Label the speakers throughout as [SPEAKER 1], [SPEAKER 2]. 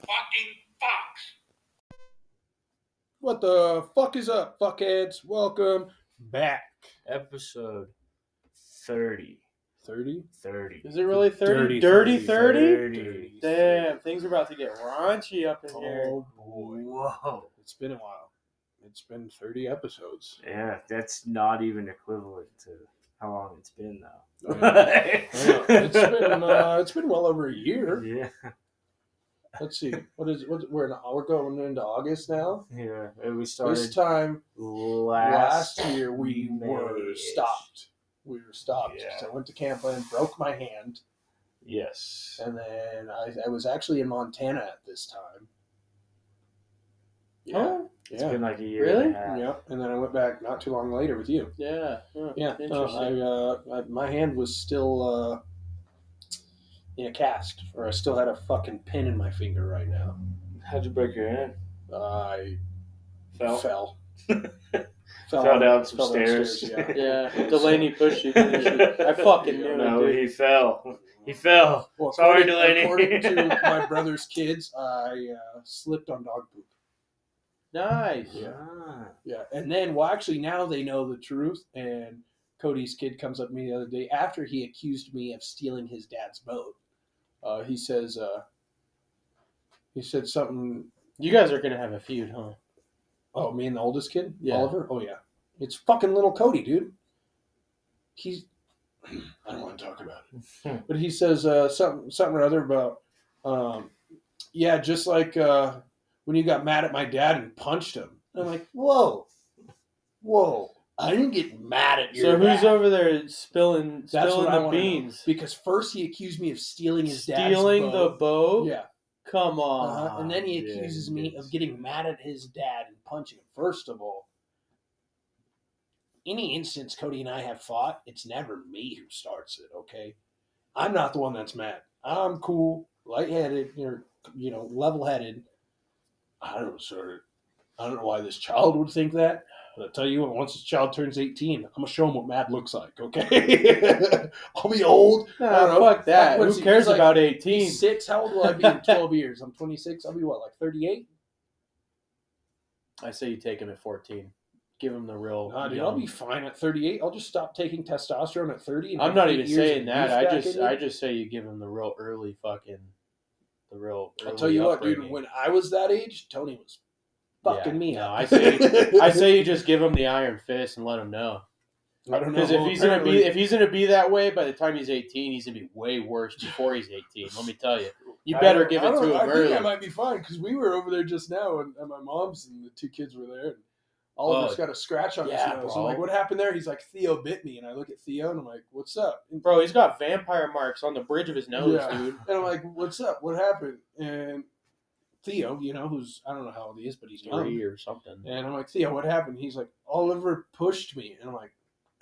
[SPEAKER 1] fucking fucks.
[SPEAKER 2] What the fuck is up, fuckheads? Welcome back.
[SPEAKER 3] Episode 30.
[SPEAKER 2] 30?
[SPEAKER 3] 30.
[SPEAKER 4] Is it really 30?
[SPEAKER 2] Dirty
[SPEAKER 4] Dirty
[SPEAKER 2] 30?
[SPEAKER 4] 30?
[SPEAKER 2] Dirty.
[SPEAKER 4] Damn, things are about to get raunchy up in here.
[SPEAKER 2] Oh boy.
[SPEAKER 3] Whoa.
[SPEAKER 2] It's been a while. It's been 30 episodes.
[SPEAKER 3] Yeah, that's not even equivalent to how long it's been, though.
[SPEAKER 2] Yeah, it's been uh, it's been well over a year.
[SPEAKER 3] yeah,
[SPEAKER 2] Let's see. What is what we're in, we're going into August now.
[SPEAKER 3] yeah. and We
[SPEAKER 2] This
[SPEAKER 3] started
[SPEAKER 2] time
[SPEAKER 3] last,
[SPEAKER 2] last, year we were
[SPEAKER 3] May-ish.
[SPEAKER 2] stopped. We were stopped.
[SPEAKER 3] Yeah.
[SPEAKER 2] So I went to Camplin, broke my hand,
[SPEAKER 3] Yes.
[SPEAKER 2] and then I, I was actually in Montana at this time. Yeah.
[SPEAKER 4] Oh,
[SPEAKER 3] It's
[SPEAKER 2] yeah.
[SPEAKER 3] been like a year
[SPEAKER 4] Really?
[SPEAKER 3] and a half.
[SPEAKER 2] Yeah, and then I went back not too long later with you.
[SPEAKER 4] yeah. huh,
[SPEAKER 2] Yeah, no, I,
[SPEAKER 4] Interesting.
[SPEAKER 2] uh, I my hand was still uh, in a cast, or I still had a fucking pin in my finger right now.
[SPEAKER 3] How'd you break your hand?
[SPEAKER 2] I
[SPEAKER 3] Fell.
[SPEAKER 2] fell, fell,
[SPEAKER 3] Fell down some
[SPEAKER 2] downstairs,
[SPEAKER 3] stairs.
[SPEAKER 4] yeah, Delaney pushed you. didn't she? I fucking knew
[SPEAKER 3] No,
[SPEAKER 4] it, dude.
[SPEAKER 3] he fell. He
[SPEAKER 2] yeah.
[SPEAKER 3] fell.
[SPEAKER 2] Well,
[SPEAKER 3] Sorry,
[SPEAKER 2] according-
[SPEAKER 3] Delaney.
[SPEAKER 2] According to my brother's kids, I uh, slipped on dog poop.
[SPEAKER 4] Nice.
[SPEAKER 2] Yeah.
[SPEAKER 3] Ah.
[SPEAKER 2] Yeah, and then well, actually, now they know the truth. And Cody's kid comes up to me the other day after he accused me of stealing his dad's boat. Uh, he says, uh, he said something.
[SPEAKER 4] You guys are going to have a feud, huh?
[SPEAKER 2] Oh, me and the oldest kid,
[SPEAKER 4] Yeah.
[SPEAKER 2] Oliver. Oh yeah, it's fucking little Cody, dude. He's. I don't want to talk about
[SPEAKER 4] Hmm.
[SPEAKER 2] it, but he says uh, something, something or other about, um, yeah, just like uh, when you got mad at my dad and punched him. I'm like, whoa, whoa! I didn't get mad at you.
[SPEAKER 4] So who's over there spilling,
[SPEAKER 2] That's
[SPEAKER 4] spilling
[SPEAKER 2] what I
[SPEAKER 4] the
[SPEAKER 2] wanna know.
[SPEAKER 4] beans?
[SPEAKER 2] Because first he accused me of stealing his dad's
[SPEAKER 4] Stealing the
[SPEAKER 2] boat.
[SPEAKER 4] bow?
[SPEAKER 2] Yeah,
[SPEAKER 4] Come on.
[SPEAKER 2] uh-huh. and then he
[SPEAKER 3] yeah,
[SPEAKER 2] accuses
[SPEAKER 3] he
[SPEAKER 2] me
[SPEAKER 3] did.
[SPEAKER 2] of getting mad at his dad and punching him. First of all, any instance Cody and I have fought, it's never me who starts it. Okay, I'm not the one that's mad. I'm cool, lightheaded, you're you know, level-headed. I don't know, sir. I don't know why this child would think that, but I tell you what, once this child turns 18, I'm gonna show him what mad looks like. Okay, I'll be old. I
[SPEAKER 4] Nah,
[SPEAKER 2] don't know.
[SPEAKER 4] fuck that.
[SPEAKER 2] What is
[SPEAKER 4] Who
[SPEAKER 2] he-
[SPEAKER 4] cares
[SPEAKER 2] he's like-
[SPEAKER 4] about 18?
[SPEAKER 2] 26. How old will I be in 12 years? I'm 26. I'll be what, like 38?
[SPEAKER 4] I say you take him at 14. Give him the real.
[SPEAKER 2] Nah, dude,
[SPEAKER 4] young-
[SPEAKER 2] I'll be fine at 38. I'll just stop taking testosterone at 30. and
[SPEAKER 4] I'm
[SPEAKER 2] have
[SPEAKER 4] not
[SPEAKER 2] eight
[SPEAKER 4] even
[SPEAKER 2] years
[SPEAKER 4] saying
[SPEAKER 2] of
[SPEAKER 4] that.
[SPEAKER 2] youth
[SPEAKER 4] I
[SPEAKER 2] back
[SPEAKER 4] just
[SPEAKER 2] in you.
[SPEAKER 4] I just say you give him the real early fucking the real.
[SPEAKER 2] I'll
[SPEAKER 4] early
[SPEAKER 2] tell you what, dude.
[SPEAKER 4] upbringing.
[SPEAKER 2] When I was that age, Tony was fucking
[SPEAKER 4] Yeah,
[SPEAKER 2] me
[SPEAKER 4] no,
[SPEAKER 2] up.
[SPEAKER 4] I say- I say you just give him the iron fist and let him know.
[SPEAKER 2] I don't know.
[SPEAKER 4] Because if he's gonna be if he's gonna be that way by the time he's 18, he's gonna be way worse before he's 18. Let me tell you, you
[SPEAKER 2] I
[SPEAKER 4] better
[SPEAKER 2] don't-
[SPEAKER 4] give
[SPEAKER 2] I
[SPEAKER 4] it to
[SPEAKER 2] don't-
[SPEAKER 4] him
[SPEAKER 2] I think I
[SPEAKER 4] early.
[SPEAKER 2] might be fine because we were over there just now, and, and my mom's and the two kids were there. And Oliver's
[SPEAKER 4] Oh,
[SPEAKER 2] got a scratch on
[SPEAKER 4] yeah,
[SPEAKER 2] his nose.
[SPEAKER 4] bro.
[SPEAKER 2] I'm like, what happened there? He's like, Theo bit me, and I look at Theo, and I'm like, what's up? And
[SPEAKER 4] Bro, he's got vampire marks on the bridge of his nose,
[SPEAKER 2] Yeah.
[SPEAKER 4] dude.
[SPEAKER 2] And I'm like, what's up? What happened? And Theo, you know, who's, I don't know how old he is, but he's young.
[SPEAKER 4] Three or something.
[SPEAKER 2] And I'm like, Theo, what happened? He's like, Oliver pushed me. And I'm like,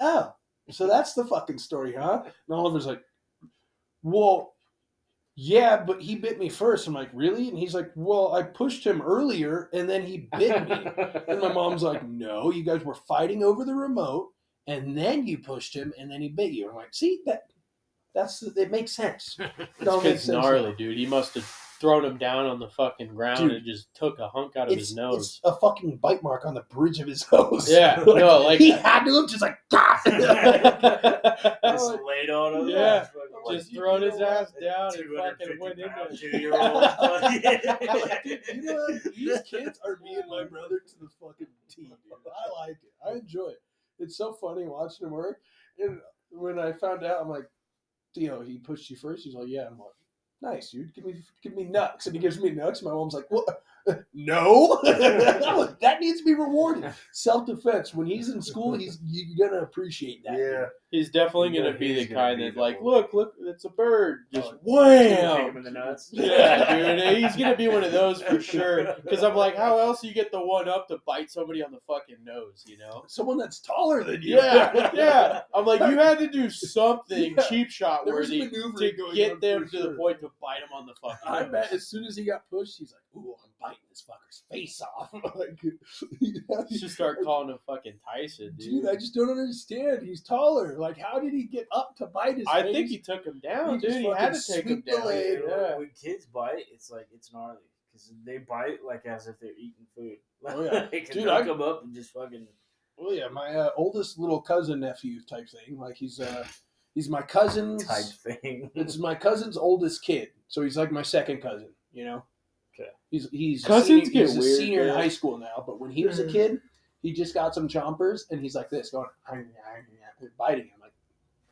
[SPEAKER 2] oh, so that's the fucking story, huh? And Oliver's like, well, yeah, but he bit me first. I'm like, really? And he's like, well, I pushed him earlier and then he bit me. And my mom's like, no, you guys were fighting over the remote, and then you pushed him, and then he bit you. I'm like, see that? That's it makes sense. It all makes
[SPEAKER 4] This kid's
[SPEAKER 2] sense.
[SPEAKER 4] gnarly, dude. He must have thrown him down on the fucking ground
[SPEAKER 2] Dude.
[SPEAKER 4] and just took a hunk out of
[SPEAKER 2] It's,
[SPEAKER 4] his
[SPEAKER 2] it's
[SPEAKER 4] nose.
[SPEAKER 2] a fucking bite mark on the bridge of his nose.
[SPEAKER 4] Yeah,
[SPEAKER 2] Like,
[SPEAKER 4] no, like uh,
[SPEAKER 2] he had to have just like, God.
[SPEAKER 3] Just laid on him.
[SPEAKER 4] Oh, Yeah.
[SPEAKER 3] That's fucking like
[SPEAKER 4] just thrown his ass down and fucking
[SPEAKER 3] 250
[SPEAKER 4] went
[SPEAKER 3] pound
[SPEAKER 4] into it.
[SPEAKER 3] two-year-old.
[SPEAKER 2] Like, dude, you know what? These kids are me and my brother to the fucking T. Dude. I like it. I enjoy it. It's so funny watching him work. And when I found out, I'm like, Theo, he pushed you first. He's like, yeah. I'm like, nice, dude. Give me, give me nuts. And he gives me nuts. My mom's like, what? No, I'm like, that needs to be rewarded. Self defense. When he's in school, he's you're gonna appreciate that.
[SPEAKER 3] Yeah.
[SPEAKER 4] He's definitely
[SPEAKER 3] Yeah,
[SPEAKER 4] gonna be the
[SPEAKER 3] he's gonna
[SPEAKER 4] kind
[SPEAKER 3] be
[SPEAKER 4] that,
[SPEAKER 3] the
[SPEAKER 4] like,
[SPEAKER 3] boy.
[SPEAKER 4] look, look, it's a bird. Just
[SPEAKER 2] Oh,
[SPEAKER 3] Kick him
[SPEAKER 4] wham.
[SPEAKER 3] in the nuts.
[SPEAKER 4] Yeah, dude, he's gonna be one of those for sure. Because I'm like, how else you get the one up to bite somebody on the fucking nose, you know?
[SPEAKER 2] Someone that's taller than you.
[SPEAKER 4] Yeah, yeah. I'm like, you had to do something
[SPEAKER 2] Yeah.
[SPEAKER 4] cheap shot
[SPEAKER 2] There was
[SPEAKER 4] worthy
[SPEAKER 2] maneuvering
[SPEAKER 4] to
[SPEAKER 2] going on
[SPEAKER 4] get them
[SPEAKER 2] for
[SPEAKER 4] to the
[SPEAKER 2] sure.
[SPEAKER 4] point to bite him on the fucking.
[SPEAKER 2] I
[SPEAKER 4] nose.
[SPEAKER 2] bet as soon as he got pushed, he's like, "Ooh, I'm biting this fucker's face off." like,
[SPEAKER 4] You should start calling him fucking Tyson, dude.
[SPEAKER 2] dude, I just don't understand. He's taller. Like, how did he get up to bite his?
[SPEAKER 4] I
[SPEAKER 2] face?
[SPEAKER 4] think he took him down,
[SPEAKER 2] He
[SPEAKER 4] dude.
[SPEAKER 2] just
[SPEAKER 4] He had to
[SPEAKER 2] fucking
[SPEAKER 4] take him
[SPEAKER 2] sweeped the
[SPEAKER 4] down.
[SPEAKER 2] leg.
[SPEAKER 4] Yeah.
[SPEAKER 3] When kids bite, it's like it's gnarly because they bite like as if they're eating food. Like,
[SPEAKER 2] Oh, yeah.
[SPEAKER 3] they can
[SPEAKER 2] Dude,
[SPEAKER 3] knock
[SPEAKER 2] I-
[SPEAKER 3] them up and just fucking.
[SPEAKER 2] Well, yeah, my uh, oldest little cousin nephew type thing. Like he's uh, he's my cousin's.
[SPEAKER 3] type thing.
[SPEAKER 2] It's my cousin's oldest kid, so he's like my second cousin. You know.
[SPEAKER 3] Okay.
[SPEAKER 2] He's he's
[SPEAKER 4] Cousins
[SPEAKER 2] a senior,
[SPEAKER 4] get
[SPEAKER 2] he's a
[SPEAKER 4] weird,
[SPEAKER 2] senior in
[SPEAKER 4] man.
[SPEAKER 2] high school now, but when he was a
[SPEAKER 3] Mhm.
[SPEAKER 2] kid, he just got some chompers and he's like this, going biting. him like,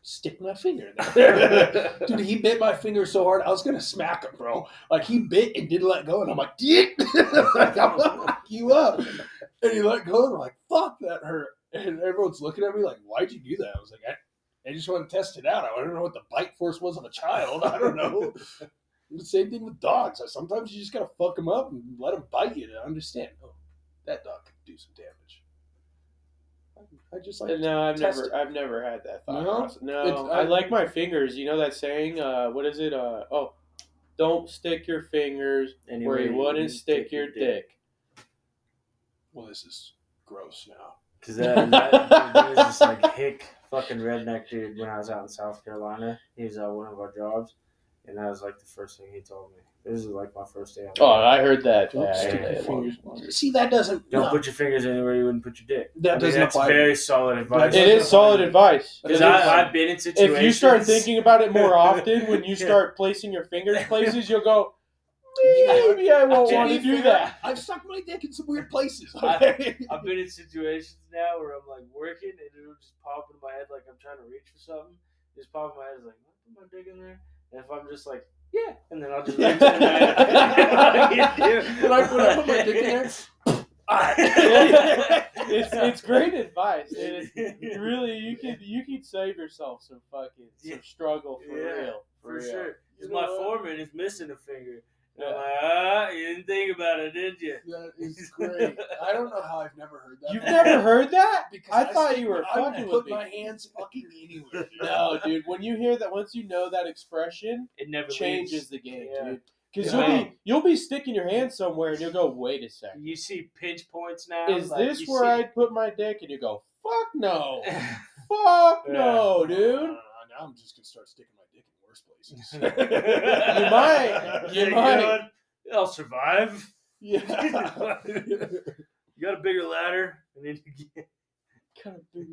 [SPEAKER 2] stick my finger in there. Dude, he bit my finger so hard, I was gonna smack him, bro. Like he bit and didn't let go, and I'm like, "Yeet!" like I'm gonna fuck you up. And he let go, and I'm like, fuck, that hurt. And everyone's looking at me like, why'd you do that? I was like, I, I just want to test it out. I don't know what the bite force was on a child. I don't know. The Same thing with dogs. Like, Sometimes you just gotta fuck them up and let them bite you to understand. Oh, that dog could do some damage. I- I just like
[SPEAKER 4] Uh,
[SPEAKER 3] uh,
[SPEAKER 4] No, I've
[SPEAKER 2] Test
[SPEAKER 4] never,
[SPEAKER 2] it.
[SPEAKER 4] I've never had that thought.
[SPEAKER 2] No?
[SPEAKER 4] process. No,
[SPEAKER 2] It's-
[SPEAKER 4] I,
[SPEAKER 2] I-
[SPEAKER 4] like my fingers. You know that saying? Uh, what is it? Uh, oh, don't stick your fingers where
[SPEAKER 3] Anyway,
[SPEAKER 4] you wouldn't stick your dick.
[SPEAKER 2] Well, this is gross now.
[SPEAKER 3] Because that, that there was this like hick fucking redneck dude when I was out in South Carolina. He was at one of our jobs, and that was like the first thing he told me. This is like my first day. on the
[SPEAKER 4] Oh,
[SPEAKER 3] job.
[SPEAKER 4] I heard that.
[SPEAKER 2] Don't
[SPEAKER 4] Yeah,
[SPEAKER 2] stick
[SPEAKER 4] yeah,
[SPEAKER 2] your
[SPEAKER 4] yeah.
[SPEAKER 2] fingers. See, that doesn't.
[SPEAKER 3] don't
[SPEAKER 2] no,
[SPEAKER 3] put your fingers anywhere you wouldn't put your dick.
[SPEAKER 2] that
[SPEAKER 3] I mean,
[SPEAKER 2] doesn't
[SPEAKER 3] that's
[SPEAKER 2] apply. to me.
[SPEAKER 3] very solid advice.
[SPEAKER 4] It is solid advice.
[SPEAKER 2] It
[SPEAKER 3] Because
[SPEAKER 2] is.
[SPEAKER 3] I've been in situations.
[SPEAKER 4] If you start thinking about it more often, when you
[SPEAKER 3] Yeah.
[SPEAKER 4] start placing your fingers places, you'll go,
[SPEAKER 2] Yeah.
[SPEAKER 4] maybe I won't
[SPEAKER 3] To
[SPEAKER 4] want to
[SPEAKER 2] be
[SPEAKER 4] do
[SPEAKER 2] fair,
[SPEAKER 4] that.
[SPEAKER 2] I've stuck my dick in some weird places.
[SPEAKER 3] I-
[SPEAKER 2] okay?
[SPEAKER 3] I've been in situations now where I'm like working and it'll just pop into my head like I'm trying to reach for something. Just pop in my head is like, what put my dick in there? And if I'm just like, yeah, and then I'll just reach in there.
[SPEAKER 2] When I- when I put my dick in there,
[SPEAKER 4] Yeah. It's it's great advice. It is, really, you can you can save yourself some fucking
[SPEAKER 3] Yeah.
[SPEAKER 4] some struggle for
[SPEAKER 3] Yeah,
[SPEAKER 4] real.
[SPEAKER 3] For
[SPEAKER 4] real.
[SPEAKER 3] sure.
[SPEAKER 2] You
[SPEAKER 3] Because
[SPEAKER 2] know
[SPEAKER 3] my
[SPEAKER 2] what?
[SPEAKER 3] foreman is missing a finger. And I'm
[SPEAKER 4] Yeah.
[SPEAKER 3] like, ah, you didn't think about it, did you?
[SPEAKER 2] That is great. I don't know how I've never heard that.
[SPEAKER 4] You've
[SPEAKER 2] before.
[SPEAKER 4] never heard that?
[SPEAKER 2] because
[SPEAKER 4] I thought
[SPEAKER 2] stick-
[SPEAKER 4] you were
[SPEAKER 2] I
[SPEAKER 4] fucking
[SPEAKER 2] put
[SPEAKER 4] with me.
[SPEAKER 2] my hands fucking anywhere. dude.
[SPEAKER 4] No, dude. When you hear that, once you know that expression,
[SPEAKER 3] It never
[SPEAKER 4] changes
[SPEAKER 3] leaves.
[SPEAKER 4] the game,
[SPEAKER 3] Yeah.
[SPEAKER 4] dude. Because
[SPEAKER 3] Yeah.
[SPEAKER 4] you'll be you'll be sticking your hand somewhere and you'll go, wait a second,
[SPEAKER 3] You see pinch points now.
[SPEAKER 4] is
[SPEAKER 3] like,
[SPEAKER 4] this
[SPEAKER 3] you
[SPEAKER 4] where I'd put my dick? And you go, fuck no, fuck
[SPEAKER 3] Yeah.
[SPEAKER 4] no, dude.
[SPEAKER 2] Now I'm just gonna start sticking my dick in worse places.
[SPEAKER 3] you
[SPEAKER 4] might. You might.
[SPEAKER 3] I'll survive.
[SPEAKER 2] yeah.
[SPEAKER 3] You got a bigger ladder, and then you get.
[SPEAKER 4] Kind of big.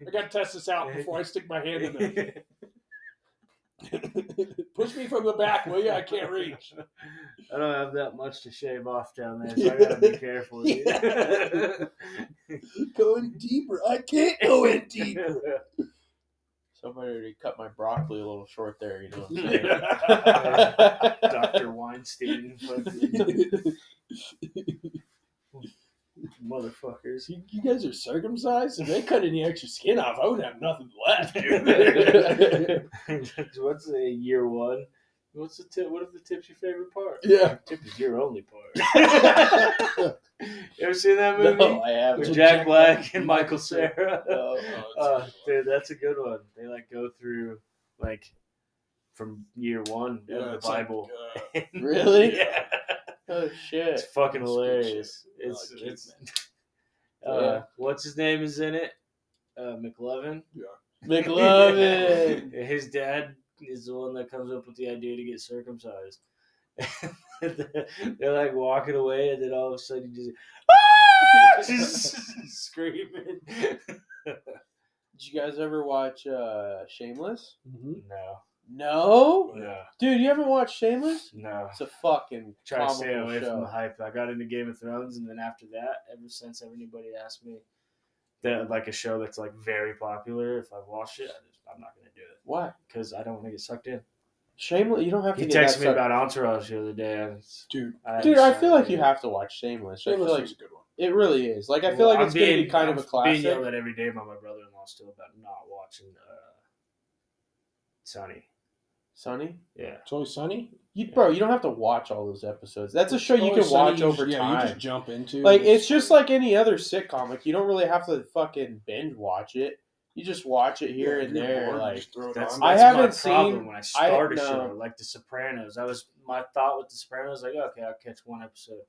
[SPEAKER 2] I gotta test this out before I stick my hand in there. Push me from the back, will you? I can't reach.
[SPEAKER 3] I don't have that much to shave off down there, so I gotta be careful. dude.
[SPEAKER 2] Going deeper. I can't go in deep.
[SPEAKER 4] Somebody already cut my broccoli a little short there, you know. What I'm saying?
[SPEAKER 3] Dr. Uh, Weinstein, fucking motherfuckers.
[SPEAKER 2] You, you guys are circumcised? If they cut any extra skin off, I would have nothing left. dude.
[SPEAKER 3] What's the year one? What's the tip? What if the tip's your favorite part?
[SPEAKER 2] yeah.
[SPEAKER 3] Tip is your only part. you ever seen that movie?
[SPEAKER 4] no, I
[SPEAKER 3] With
[SPEAKER 4] haven't.
[SPEAKER 3] Jack Black and Michael Sarah.
[SPEAKER 4] No.
[SPEAKER 3] Uh, dude, that's a good one. They like go through like from year one of the
[SPEAKER 2] it's like,
[SPEAKER 3] Bible.
[SPEAKER 2] uh,
[SPEAKER 4] Really?
[SPEAKER 3] yeah,
[SPEAKER 4] Oh
[SPEAKER 3] it's
[SPEAKER 4] shit.
[SPEAKER 3] fucking
[SPEAKER 2] It's good
[SPEAKER 3] hilarious.
[SPEAKER 2] shit. I
[SPEAKER 3] It's
[SPEAKER 2] like it,
[SPEAKER 3] it's.
[SPEAKER 4] man.
[SPEAKER 3] uh,
[SPEAKER 4] Yeah.
[SPEAKER 3] What's his name is in it? Uh, McLovin.
[SPEAKER 4] McLovin.
[SPEAKER 3] His dad is the one that comes up with the idea to get circumcised. They're like walking away, and then all of a sudden, you just, just screaming.
[SPEAKER 4] Did you guys ever watch uh, Shameless?
[SPEAKER 2] Mm-hmm.
[SPEAKER 3] No,
[SPEAKER 4] No,
[SPEAKER 3] no,
[SPEAKER 4] dude, you haven't watched Shameless?
[SPEAKER 3] no.
[SPEAKER 4] It's a fucking
[SPEAKER 3] try to
[SPEAKER 4] comical
[SPEAKER 3] stay away
[SPEAKER 4] show.
[SPEAKER 3] from the hype. I got into Game of Thrones, and then after that, ever since anybody asked me that like a show that's like very popular, if I watch it, I just, I'm not gonna do it
[SPEAKER 4] Why?
[SPEAKER 3] because I don't want to get sucked in.
[SPEAKER 4] Shameless? You don't have to.
[SPEAKER 3] He
[SPEAKER 4] get
[SPEAKER 3] texted
[SPEAKER 4] that
[SPEAKER 3] me
[SPEAKER 4] suck-
[SPEAKER 3] about Entourage the other day. and it's-
[SPEAKER 2] Dude,
[SPEAKER 4] Dude, I feel like you have to watch Shameless. I
[SPEAKER 2] Shameless
[SPEAKER 4] feel like
[SPEAKER 2] was a good one.
[SPEAKER 4] it really is. Like I feel
[SPEAKER 3] Well,
[SPEAKER 4] like
[SPEAKER 3] I'm
[SPEAKER 4] it's going to be
[SPEAKER 3] being-
[SPEAKER 4] kind of
[SPEAKER 3] I'm
[SPEAKER 4] a classic.
[SPEAKER 3] Being yelled at every day by my brother-in-law still about not watching uh, Sunny.
[SPEAKER 4] Sonny,
[SPEAKER 3] Yeah,
[SPEAKER 2] It's always sunny.
[SPEAKER 4] you bro, you don't have to watch all those episodes. That's a show you
[SPEAKER 2] Always
[SPEAKER 4] can
[SPEAKER 2] Sunny,
[SPEAKER 4] watch
[SPEAKER 2] Oh, you
[SPEAKER 4] over
[SPEAKER 2] just- yeah,
[SPEAKER 4] time.
[SPEAKER 2] you just jump into.
[SPEAKER 4] like it's just like any other sitcom. Like you don't really have to fucking binge watch it. You just watch it here
[SPEAKER 2] Yeah,
[SPEAKER 4] and
[SPEAKER 2] you're
[SPEAKER 4] there.
[SPEAKER 2] bored, you
[SPEAKER 4] like
[SPEAKER 2] just throw it
[SPEAKER 3] that's,
[SPEAKER 2] on.
[SPEAKER 4] I
[SPEAKER 3] that's
[SPEAKER 4] haven't
[SPEAKER 3] my problem
[SPEAKER 4] seen-
[SPEAKER 3] when I start a
[SPEAKER 4] no.
[SPEAKER 3] show like The Sopranos. I was my thought with The Sopranos like okay, I'll catch one episode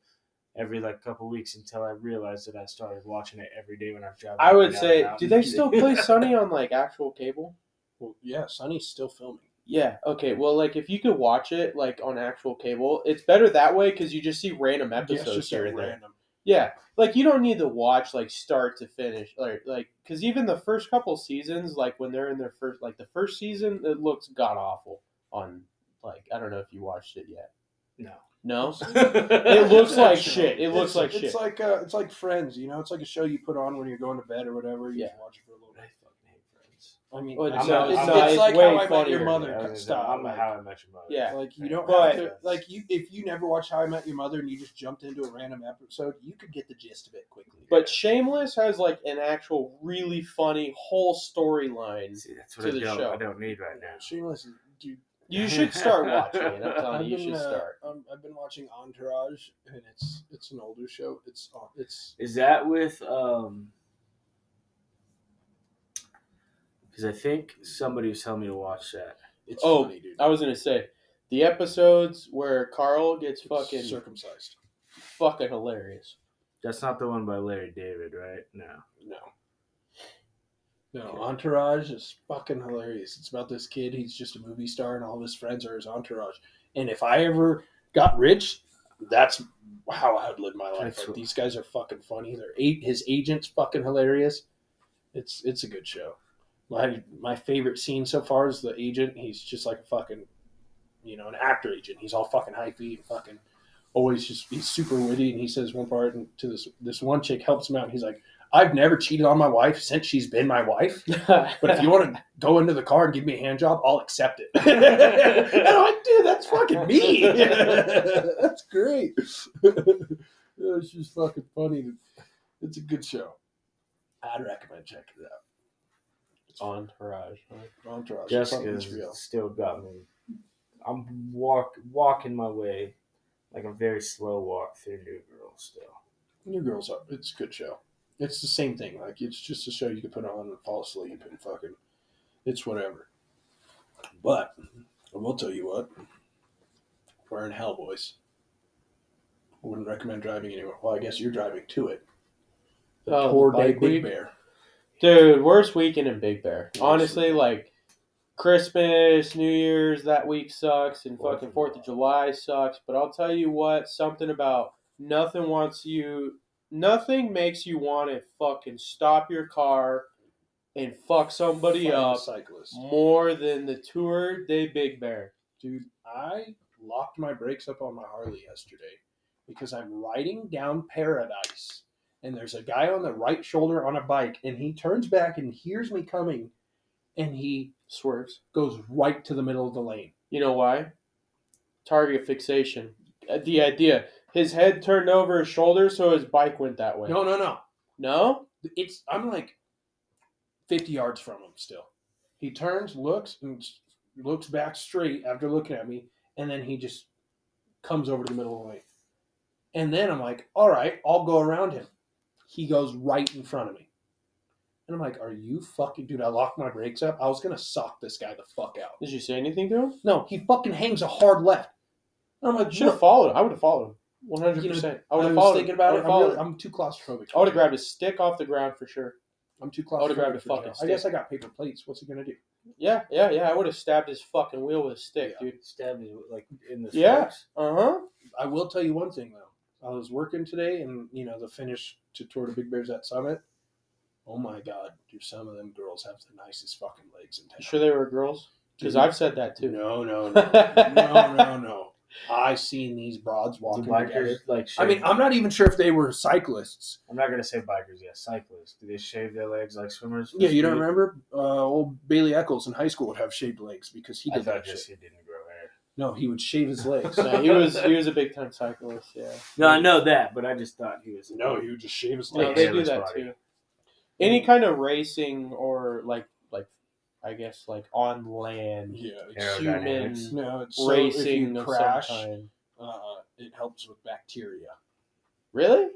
[SPEAKER 3] every like couple weeks until I realized that I started watching it every day when I was driving.
[SPEAKER 4] I would
[SPEAKER 3] down
[SPEAKER 4] say,
[SPEAKER 3] and out.
[SPEAKER 4] do they still play Sunny on like actual cable?
[SPEAKER 2] Well, yeah, Sunny's still filming.
[SPEAKER 4] Yeah. Okay. Well, like if you could watch it like on actual cable, it's better that way because you just see random
[SPEAKER 2] Yeah, it's
[SPEAKER 4] episodes
[SPEAKER 2] just
[SPEAKER 4] here
[SPEAKER 2] like
[SPEAKER 4] and there.
[SPEAKER 2] random.
[SPEAKER 4] Yeah, like you don't need to watch like start to finish, like like because even the first couple seasons, like when they're in their first, like the first season, it looks god awful. On like I don't know if you watched it yet.
[SPEAKER 3] No.
[SPEAKER 4] No.
[SPEAKER 3] it
[SPEAKER 4] looks like
[SPEAKER 2] It's-
[SPEAKER 4] shit. It
[SPEAKER 2] it's-
[SPEAKER 4] looks like
[SPEAKER 2] It's
[SPEAKER 4] shit.
[SPEAKER 2] like uh, it's like Friends. You know, it's like a show you put on when you're going to bed or whatever. You just watch it for a little
[SPEAKER 3] I
[SPEAKER 2] bit.
[SPEAKER 3] fucking hate Friends.
[SPEAKER 2] I mean,
[SPEAKER 4] Well,
[SPEAKER 2] it's,
[SPEAKER 3] no,
[SPEAKER 2] it's,
[SPEAKER 3] it's
[SPEAKER 2] it's
[SPEAKER 3] not. It's
[SPEAKER 2] like
[SPEAKER 4] way
[SPEAKER 2] how I met
[SPEAKER 4] funnier
[SPEAKER 2] your
[SPEAKER 4] than
[SPEAKER 2] mother.
[SPEAKER 4] that.
[SPEAKER 2] cut-
[SPEAKER 3] I'm
[SPEAKER 2] Stop.
[SPEAKER 3] a
[SPEAKER 2] like-
[SPEAKER 3] How I Met Your Mother.
[SPEAKER 4] Yeah.
[SPEAKER 2] Like you don't have
[SPEAKER 4] But-
[SPEAKER 2] to like you if you never watch How I Met Your Mother and you just jumped into a random episode, you could get the gist of it quickly.
[SPEAKER 4] But Shameless has like an actual really funny whole storyline.
[SPEAKER 3] See, that's
[SPEAKER 4] To the show.
[SPEAKER 3] don't need right
[SPEAKER 2] Shameless, is- dude.
[SPEAKER 4] You should start watching it. I'm
[SPEAKER 3] I've
[SPEAKER 4] telling you, you should
[SPEAKER 2] uh,
[SPEAKER 4] start.
[SPEAKER 2] um, I've been watching Entourage, and it's it's an older show. It's uh, it's
[SPEAKER 3] Is that with um? Because I think somebody was telling me to watch that.
[SPEAKER 2] it's
[SPEAKER 4] Oh,
[SPEAKER 2] funny, dude.
[SPEAKER 4] I was gonna say the episodes where Carl gets
[SPEAKER 2] It's
[SPEAKER 4] fucking
[SPEAKER 2] circumcised.
[SPEAKER 4] fucking hilarious.
[SPEAKER 3] That's not the one by Larry David, right? No.
[SPEAKER 2] No. No, Entourage is fucking hilarious. It's about this kid. He's just a movie star, and all of his friends are his entourage. And if I ever got rich, that's how I would live my life.
[SPEAKER 3] That's
[SPEAKER 2] Like,
[SPEAKER 3] what-
[SPEAKER 2] these guys are fucking funny. They're eight. His agent's fucking hilarious. It's it's a good show. My my favorite scene so far is the agent. He's just like a fucking, you know, an actor agent. He's all fucking hyphy and fucking always just he's super witty. And he says one part and to this this one chick helps him out. And he's like. I've never cheated on my wife since she's been my wife. But if you want to go into the car and give me a hand job, I'll accept it. and I'm like, dude, that's fucking me. that's great. oh, she's fucking funny. It's a good show. I'd recommend checking it out.
[SPEAKER 4] Entourage.
[SPEAKER 2] Entourage. it's on
[SPEAKER 3] Jessica's
[SPEAKER 2] HBO.
[SPEAKER 3] still got me. I'm walk walking my way, like a very slow walk through New Girl still.
[SPEAKER 2] New Girls Up. It's a good show. It's the same thing. Like it's just a show you can put on and fall asleep and fucking it's whatever. But I will tell you what. We're in hell, boys. I wouldn't recommend driving anywhere. Well, I guess you're driving to it. The
[SPEAKER 4] Oh,
[SPEAKER 2] poor day
[SPEAKER 4] Bike
[SPEAKER 2] Big
[SPEAKER 4] Week?
[SPEAKER 2] Bear.
[SPEAKER 4] Dude, worst weekend in Big Bear.
[SPEAKER 2] Worst
[SPEAKER 4] Honestly,
[SPEAKER 2] weekend.
[SPEAKER 4] like Christmas, New Year's, that week sucks, and
[SPEAKER 3] Fourth
[SPEAKER 4] fucking
[SPEAKER 3] of
[SPEAKER 4] Fourth of July sucks. But I'll tell you what, something about nothing wants you, nothing makes you want to fucking stop your car and fuck somebody uh,
[SPEAKER 2] Find a
[SPEAKER 4] up
[SPEAKER 2] Cyclist.
[SPEAKER 4] more than the Tour de Big Bear.
[SPEAKER 2] Dude, I locked my brakes up on my Harley yesterday because I'm riding down Paradise and there's a guy on the right shoulder on a bike and he turns back and hears me coming and he
[SPEAKER 4] Swerves.
[SPEAKER 2] goes right to the middle of the lane.
[SPEAKER 4] You know why? Target fixation. Uh, The idea. His head turned over his shoulder, so his bike went that way.
[SPEAKER 2] No, no, no.
[SPEAKER 4] No?
[SPEAKER 2] It's I'm like 50 yards from him still. He turns, looks and s- looks back straight after looking at me and then he just comes over to the middle of the lane. And then I'm like, "All right, I'll go around him." He goes right in front of me. And I'm like, "Are you fucking dude, I locked my brakes up. I was going to sock this guy the fuck out."
[SPEAKER 4] Did you say anything to him?
[SPEAKER 2] No, he fucking hangs a hard left. And I'm like,
[SPEAKER 4] Should have
[SPEAKER 2] "What
[SPEAKER 4] followed. him. I would have followed him. One hundred
[SPEAKER 2] You
[SPEAKER 4] percent. I
[SPEAKER 2] I
[SPEAKER 4] would have
[SPEAKER 2] was
[SPEAKER 4] followed.
[SPEAKER 2] thinking
[SPEAKER 4] him.
[SPEAKER 2] about
[SPEAKER 4] I
[SPEAKER 2] it.
[SPEAKER 4] would've
[SPEAKER 2] I'm,
[SPEAKER 4] followed
[SPEAKER 2] really,
[SPEAKER 4] him.
[SPEAKER 2] I'm too claustrophobic.
[SPEAKER 4] I would have grabbed his stick off the ground for sure.
[SPEAKER 2] I'm too
[SPEAKER 4] I would've grabbed a
[SPEAKER 2] claustrophobic. for
[SPEAKER 4] fucking
[SPEAKER 2] jail. I guess I
[SPEAKER 4] stick.
[SPEAKER 2] got paper plates. What's he gonna do?
[SPEAKER 4] Yeah, yeah, yeah. I would have stabbed his fucking wheel with a stick, dude.
[SPEAKER 3] Stabbed me like in the
[SPEAKER 4] Yeah.
[SPEAKER 3] face.
[SPEAKER 4] Uh huh.
[SPEAKER 2] I will tell you one thing though. I was working today, and you know the finish to Tour to Big Bears at Summit. Oh my God, do some of them girls have the nicest fucking legs in town?
[SPEAKER 4] You sure they were girls? Because
[SPEAKER 2] Dude.
[SPEAKER 4] I've said that too.
[SPEAKER 2] No, no, no, no, no, no. I seen these broads
[SPEAKER 3] The
[SPEAKER 2] walking
[SPEAKER 3] bikers
[SPEAKER 2] together.
[SPEAKER 3] like
[SPEAKER 2] I
[SPEAKER 3] shave-
[SPEAKER 2] mean, I'm not even sure if they were cyclists.
[SPEAKER 3] I'm not gonna say bikers, yeah, cyclists. Do they shave their legs like swimmers?
[SPEAKER 2] Yeah, you don't remember? Uh, old Bailey Eccles in high school would have shaved legs because he
[SPEAKER 3] I
[SPEAKER 2] did
[SPEAKER 3] thought
[SPEAKER 2] that shit.
[SPEAKER 3] just he didn't grow hair.
[SPEAKER 2] No, he would shave his legs.
[SPEAKER 4] No, he was he was a big time cyclist. Yeah.
[SPEAKER 3] No, I know that, but I just thought he was
[SPEAKER 2] no, he would just shave his
[SPEAKER 4] No,
[SPEAKER 3] Like
[SPEAKER 2] legs.
[SPEAKER 4] they do
[SPEAKER 3] hairless
[SPEAKER 4] that
[SPEAKER 3] body.
[SPEAKER 4] too. Any kind of racing or like like I guess like on land
[SPEAKER 2] yeah, it's,
[SPEAKER 3] Aerodynamics.
[SPEAKER 4] human
[SPEAKER 2] no, it's so if
[SPEAKER 4] racing
[SPEAKER 2] you
[SPEAKER 4] of
[SPEAKER 2] crash,
[SPEAKER 4] some kind.
[SPEAKER 2] uh, it helps with bacteria.
[SPEAKER 4] Really?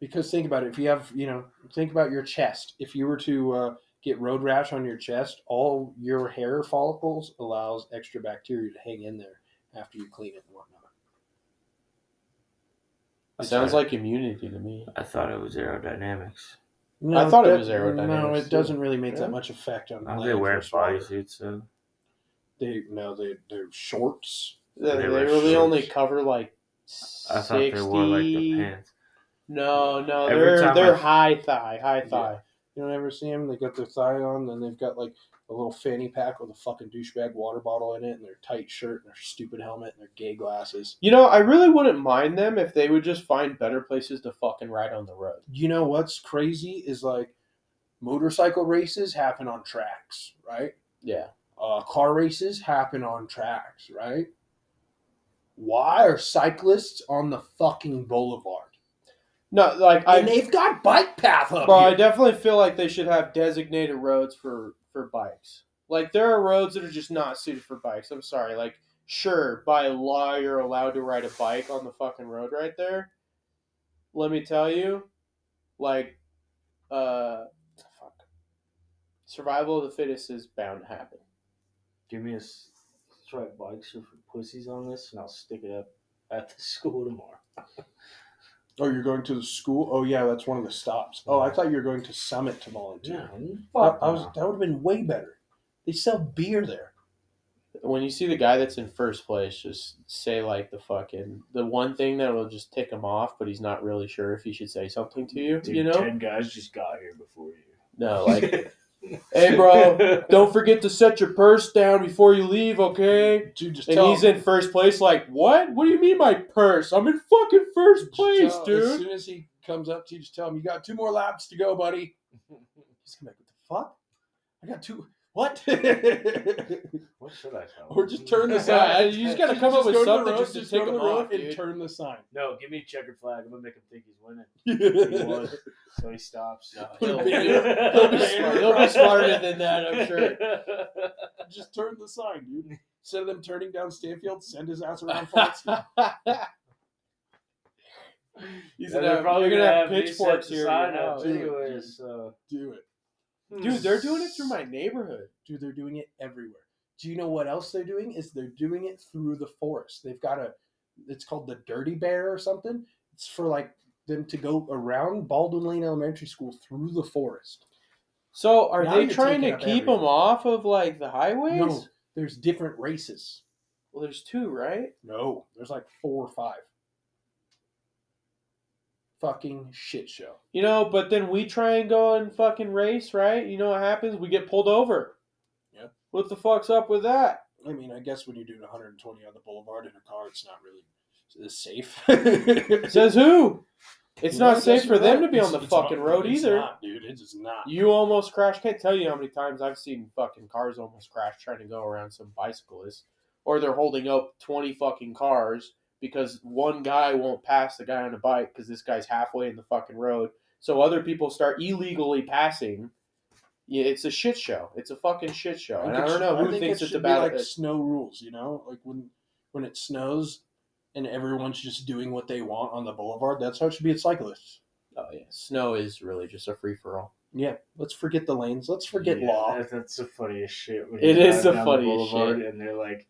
[SPEAKER 2] Because think about it, if you have, you know, think about your chest. If you were to uh, get road rash on your chest, all your hair follicles allows extra bacteria to hang in there after you clean it and whatnot.
[SPEAKER 4] It sounds like immunity to me.
[SPEAKER 3] I thought it was aerodynamics.
[SPEAKER 2] No,
[SPEAKER 4] I thought it
[SPEAKER 2] that-
[SPEAKER 4] was aerodynamics,
[SPEAKER 2] No, it
[SPEAKER 4] too.
[SPEAKER 2] doesn't really make
[SPEAKER 4] Yeah.
[SPEAKER 2] that much effect on.
[SPEAKER 3] I
[SPEAKER 2] land
[SPEAKER 3] they wear
[SPEAKER 2] versus water.
[SPEAKER 3] bodysuits, so
[SPEAKER 2] They no, they they're shorts.
[SPEAKER 4] They,
[SPEAKER 1] They
[SPEAKER 4] they
[SPEAKER 1] wear
[SPEAKER 4] really only
[SPEAKER 1] shorts.
[SPEAKER 4] cover like
[SPEAKER 1] I thought
[SPEAKER 4] sixty.
[SPEAKER 1] they wore like the pants.
[SPEAKER 4] No, no,
[SPEAKER 1] Every
[SPEAKER 4] they're
[SPEAKER 1] time
[SPEAKER 4] they're
[SPEAKER 1] I-
[SPEAKER 4] high thigh, high
[SPEAKER 2] Yeah.
[SPEAKER 4] thigh.
[SPEAKER 2] You don't ever see them. They got their thigh on, then they've got like a little fanny pack with a fucking douchebag water bottle in it, and their tight shirt, and their stupid helmet, and their gay glasses.
[SPEAKER 4] You know, I really wouldn't mind them if they would just find better places to fucking ride on the road.
[SPEAKER 2] You know what's crazy is like motorcycle races happen on tracks, right?
[SPEAKER 4] Yeah.
[SPEAKER 2] uh, car races happen on tracks, right? Why are cyclists on the fucking boulevard?
[SPEAKER 4] No, like I
[SPEAKER 2] and they've got bike path up
[SPEAKER 4] Well, I
[SPEAKER 2] here.
[SPEAKER 4] definitely feel like they should have designated roads for for bikes. Like there are roads that are just not suited for bikes. I'm sorry. Like sure, by law you're allowed to ride a bike on the fucking road right there. Let me tell you, like, uh, fuck, survival of the fittest is bound to happen.
[SPEAKER 3] Give me a s- let's try bike surf for pussies on this, and I'll stick it up at the school tomorrow.
[SPEAKER 2] Oh, you're going to the school? Oh, yeah, that's one of the stops. Oh, I thought you were going to Summit to volunteer.
[SPEAKER 3] fuck.
[SPEAKER 2] That, I was, that would have been way better. They sell beer there.
[SPEAKER 4] When you see the guy that's in first place, just say like the fucking the one thing that will just tick him off, but he's not really sure if he should say something to you.
[SPEAKER 3] Dude,
[SPEAKER 4] you know?
[SPEAKER 3] ten guys just got here before you.
[SPEAKER 4] No, like Hey, bro, don't forget to set your purse down before you leave, okay?
[SPEAKER 2] Dude, just
[SPEAKER 4] And
[SPEAKER 2] tell
[SPEAKER 4] he's in first place, like, what? What do you mean my purse? I'm in fucking first
[SPEAKER 2] just
[SPEAKER 4] place,
[SPEAKER 2] tell- As
[SPEAKER 4] dude.
[SPEAKER 2] soon as he comes up to you, just tell him, you got two more laps to go, buddy. He's going to be like, what the fuck? I got two. What?
[SPEAKER 3] what should I tell?
[SPEAKER 2] Or just turn the
[SPEAKER 4] Yeah,
[SPEAKER 2] sign.
[SPEAKER 4] you just gotta come up with
[SPEAKER 2] go to the
[SPEAKER 4] something just to take
[SPEAKER 2] go the
[SPEAKER 4] them off,
[SPEAKER 2] and
[SPEAKER 4] dude.
[SPEAKER 2] turn the sign.
[SPEAKER 3] No, give me a checkered flag. I'm gonna make him think he's winning. He won,
[SPEAKER 2] Put
[SPEAKER 3] so he stops. Uh,
[SPEAKER 4] he'll
[SPEAKER 2] a banner-
[SPEAKER 4] He'll be, smart. he'll be smarter than that, I'm sure.
[SPEAKER 2] just turn the sign, dude. Instead of them turning down Stanfield, send his ass around Fox.
[SPEAKER 3] Yeah,
[SPEAKER 4] he's gonna
[SPEAKER 3] they're
[SPEAKER 4] have,
[SPEAKER 3] probably
[SPEAKER 4] you're gonna have
[SPEAKER 3] me
[SPEAKER 4] pitchforks
[SPEAKER 3] set the
[SPEAKER 4] here. in
[SPEAKER 3] Sign
[SPEAKER 4] your
[SPEAKER 3] up
[SPEAKER 4] house.
[SPEAKER 2] dude.
[SPEAKER 3] anyways, so.
[SPEAKER 2] Do it,
[SPEAKER 4] Dude, they're doing it through my neighborhood.
[SPEAKER 2] dude. They're doing it everywhere. Do you know what else they're doing? Is they're doing it through the forest. They've got a, it's called the Dirty Bear or something. It's for like them to go around Baldwin Lane Elementary School through the forest.
[SPEAKER 4] So are
[SPEAKER 2] Now
[SPEAKER 4] they
[SPEAKER 2] you're
[SPEAKER 4] trying to
[SPEAKER 2] taking up
[SPEAKER 4] keep
[SPEAKER 2] everything.
[SPEAKER 4] them off of like the highways?
[SPEAKER 2] No, there's different races.
[SPEAKER 4] Well, there's two, right?
[SPEAKER 2] No, there's like four or five. Fucking shit show.
[SPEAKER 4] You know, but then we try and go and fucking race, right? You know what happens? We get pulled over.
[SPEAKER 2] Yeah.
[SPEAKER 4] What the fuck's up with that?
[SPEAKER 2] I mean, I guess when you're doing 120 on the boulevard in a car, it's not really it's safe.
[SPEAKER 4] Says who? It's
[SPEAKER 2] No, I
[SPEAKER 4] not
[SPEAKER 2] guess
[SPEAKER 4] safe for
[SPEAKER 2] you're
[SPEAKER 4] them
[SPEAKER 2] right.
[SPEAKER 4] to be on
[SPEAKER 2] It's-
[SPEAKER 4] the
[SPEAKER 2] it's
[SPEAKER 4] fucking
[SPEAKER 2] not-
[SPEAKER 4] road
[SPEAKER 2] it's
[SPEAKER 4] either.
[SPEAKER 2] not, dude, it is not.
[SPEAKER 4] You almost crash. Can't tell you how many times I've seen fucking cars almost crash trying to go around some bicyclist, or they're holding up twenty fucking cars because one guy won't pass the guy on a bike because this guy's halfway in the fucking road. So other people start illegally passing. Yeah, it's a shit show. It's a fucking shit show. And I
[SPEAKER 2] think it
[SPEAKER 4] don't know
[SPEAKER 2] should-
[SPEAKER 4] who
[SPEAKER 2] think
[SPEAKER 4] thinks
[SPEAKER 2] it
[SPEAKER 4] it's
[SPEAKER 2] should
[SPEAKER 4] about
[SPEAKER 2] be like
[SPEAKER 4] it.
[SPEAKER 2] snow rules, you know, like when when it snows and everyone's just doing what they want on the boulevard. That's how it should be at cyclists.
[SPEAKER 4] Oh yeah, snow is really just a free for all.
[SPEAKER 2] Yeah, let's forget the lanes. Let's forget
[SPEAKER 3] Yeah,
[SPEAKER 2] law.
[SPEAKER 3] that- that's the funniest shit. When
[SPEAKER 4] It
[SPEAKER 3] you
[SPEAKER 4] is
[SPEAKER 3] drive
[SPEAKER 4] the
[SPEAKER 3] down
[SPEAKER 4] funniest
[SPEAKER 3] boulevard
[SPEAKER 4] shit.
[SPEAKER 3] And they're like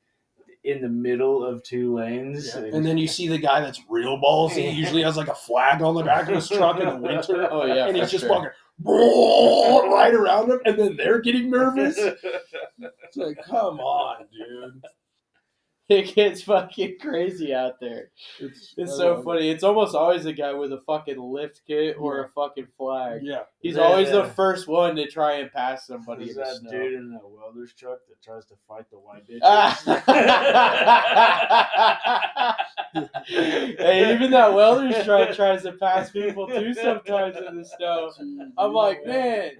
[SPEAKER 3] in the middle of two lanes.
[SPEAKER 2] Yeah, And then you see the guy that's real ballsy. He usually has like a flag on the back of his truck in the winter,
[SPEAKER 4] Oh yeah,
[SPEAKER 2] and
[SPEAKER 4] for
[SPEAKER 2] he's just
[SPEAKER 4] sure.
[SPEAKER 2] walking right around him, and then they're getting nervous. It's like, come on, dude.
[SPEAKER 4] It gets fucking crazy out there.
[SPEAKER 2] It's,
[SPEAKER 4] It's
[SPEAKER 2] I
[SPEAKER 4] so
[SPEAKER 2] love
[SPEAKER 4] funny. It's almost always a guy with a fucking lift kit or a fucking
[SPEAKER 2] it.
[SPEAKER 4] flag.
[SPEAKER 2] Yeah,
[SPEAKER 4] He's
[SPEAKER 3] Yeah,
[SPEAKER 4] always the
[SPEAKER 3] yeah.
[SPEAKER 4] first one to try and pass somebody
[SPEAKER 3] There's
[SPEAKER 4] in the
[SPEAKER 3] that
[SPEAKER 4] snow.
[SPEAKER 3] dude in that welder's truck that tries to fight the white bitches.
[SPEAKER 4] Ah. hey, even that welder's truck tries to pass people too sometimes in the snow. I'm like, man,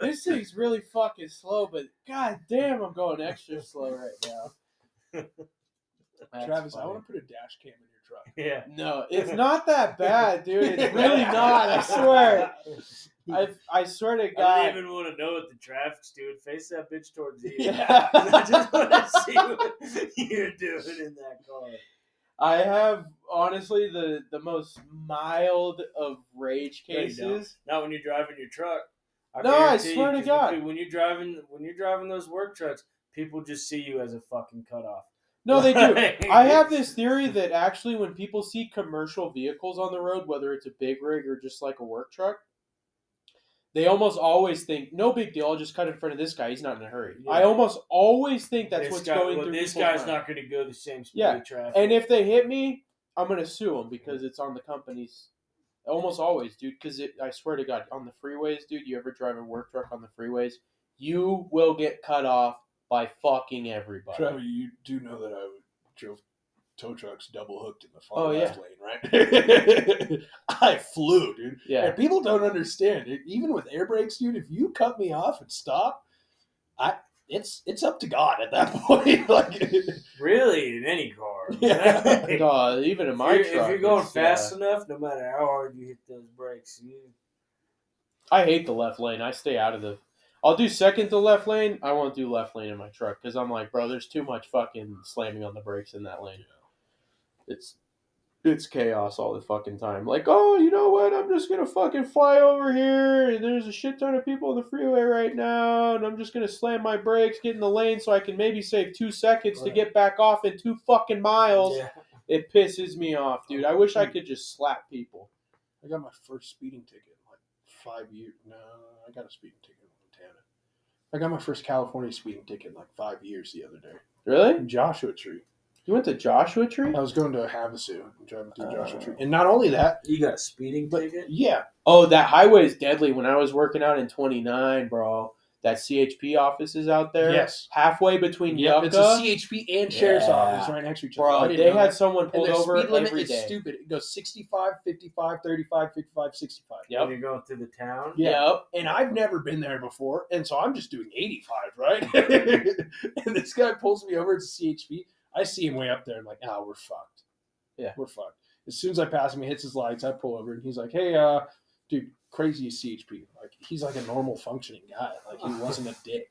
[SPEAKER 4] this thing's really fucking slow, but god damn, I'm going extra slow right now. That's
[SPEAKER 2] Travis, I
[SPEAKER 4] funny.
[SPEAKER 2] want to put a dash cam in your truck.
[SPEAKER 3] yeah.
[SPEAKER 4] No, it's not that bad, dude. It's really not. I swear. I I swear to
[SPEAKER 3] I
[SPEAKER 4] God.
[SPEAKER 3] don't even want to know what the traffic's doing. Face that bitch towards you.
[SPEAKER 4] Yeah.
[SPEAKER 3] I just want to see what you're doing in that car.
[SPEAKER 4] I have honestly the the most mild of rage
[SPEAKER 3] No, you don't.
[SPEAKER 4] cases.
[SPEAKER 3] Not when you're driving your truck.
[SPEAKER 4] No, I
[SPEAKER 3] guarantee
[SPEAKER 4] swear to
[SPEAKER 3] 'cause
[SPEAKER 4] God.
[SPEAKER 3] when- When you're driving, when you're driving those work trucks, people just see you as a fucking cutoff.
[SPEAKER 4] No, they do.
[SPEAKER 3] Like-
[SPEAKER 4] I have this theory that actually, when people see commercial vehicles on the road, whether it's a big rig or just like a work truck, They almost always think no big deal. I'll just cut in front of this guy. He's not in a hurry.
[SPEAKER 3] Yeah.
[SPEAKER 4] I almost always think that's
[SPEAKER 3] This
[SPEAKER 4] what's
[SPEAKER 3] guy-
[SPEAKER 4] going
[SPEAKER 3] well,
[SPEAKER 4] through.
[SPEAKER 3] This
[SPEAKER 4] people's
[SPEAKER 3] guy's
[SPEAKER 4] mind.
[SPEAKER 3] not going to go the same speed
[SPEAKER 4] Yeah.
[SPEAKER 3] of traffic.
[SPEAKER 4] And if they hit me, I'm gonna sue them because it's on the company's. Almost always, dude. Because I swear to God, on the freeways, dude. You ever drive a work truck on the freeways? You will get cut off by fucking everybody.
[SPEAKER 2] Trevor, you do know that I drove tow trucks double hooked in the far
[SPEAKER 4] Oh,
[SPEAKER 2] left lane, right? I flew, dude.
[SPEAKER 4] Yeah,
[SPEAKER 2] And people don't understand. It, even with air brakes, dude, if you cut me off and stop, I it's it's up to God at that point. like
[SPEAKER 3] really, in any car.
[SPEAKER 2] Yeah.
[SPEAKER 3] If
[SPEAKER 4] no, even in my
[SPEAKER 3] you're- if, you're,
[SPEAKER 4] truck.
[SPEAKER 3] going
[SPEAKER 4] it's, uh, yeah.
[SPEAKER 3] fast enough, no matter how hard you hit those brakes, you
[SPEAKER 4] I hate the left lane. I stay out of the. I'll do second to left lane. I won't do left lane in my truck because I'm like, bro, there's too much fucking slamming on the brakes in that lane. It's it's chaos all the fucking time. Like, oh, you know what? I'm just gonna fucking fly over here, and there's a shit ton of people on the freeway right now, and I'm just gonna slam my brakes, get in the lane, so I can maybe save two seconds to
[SPEAKER 3] Right.
[SPEAKER 4] get back off in two fucking miles.
[SPEAKER 3] yeah. Mm.
[SPEAKER 4] It pisses me off, dude. I wish I could just slap people.
[SPEAKER 2] I got my first speeding ticket in like five years. No, I got a speeding ticket in Montana. I got my first California speeding ticket in like five years the other day.
[SPEAKER 4] Really?
[SPEAKER 2] In Joshua Tree.
[SPEAKER 4] You went to Joshua
[SPEAKER 3] Uh,
[SPEAKER 4] Tree?
[SPEAKER 2] I was going to Havasu, driving through Joshua
[SPEAKER 4] Oh.
[SPEAKER 2] Tree. And not only that,
[SPEAKER 3] you got a speeding
[SPEAKER 2] but
[SPEAKER 3] ticket.
[SPEAKER 2] yeah,
[SPEAKER 4] Oh, that highway is deadly. When I was working out in 29, bro, that CHP office is out there.
[SPEAKER 2] yes.
[SPEAKER 4] Halfway between
[SPEAKER 2] Yep,
[SPEAKER 4] Yucca.
[SPEAKER 2] it's a CHP and sheriff's
[SPEAKER 4] Yeah.
[SPEAKER 2] office right next to each other. I
[SPEAKER 4] bro,
[SPEAKER 2] didn't
[SPEAKER 4] they
[SPEAKER 2] know
[SPEAKER 4] had
[SPEAKER 2] that.
[SPEAKER 4] someone
[SPEAKER 2] and
[SPEAKER 4] pulled
[SPEAKER 2] their
[SPEAKER 4] over
[SPEAKER 2] speed limit
[SPEAKER 4] every
[SPEAKER 2] is
[SPEAKER 4] day.
[SPEAKER 2] stupid. It goes 65, 55, 35, 55, 65.
[SPEAKER 4] Yep.
[SPEAKER 3] You're going through the town.
[SPEAKER 2] Yeah.
[SPEAKER 4] Yep.
[SPEAKER 2] And I've never been there before, and so I'm just doing 85, right? and this guy pulls me over. It's a CHP. I see him way up there. I'm like, ah, we're fucked.
[SPEAKER 4] Yeah.
[SPEAKER 2] we're fucked. As soon as I pass him, he hits his lights. I pull over, and he's like, hey, uh, dude, crazy CHP. Like he's like a normal functioning guy. Like he wasn't a dick.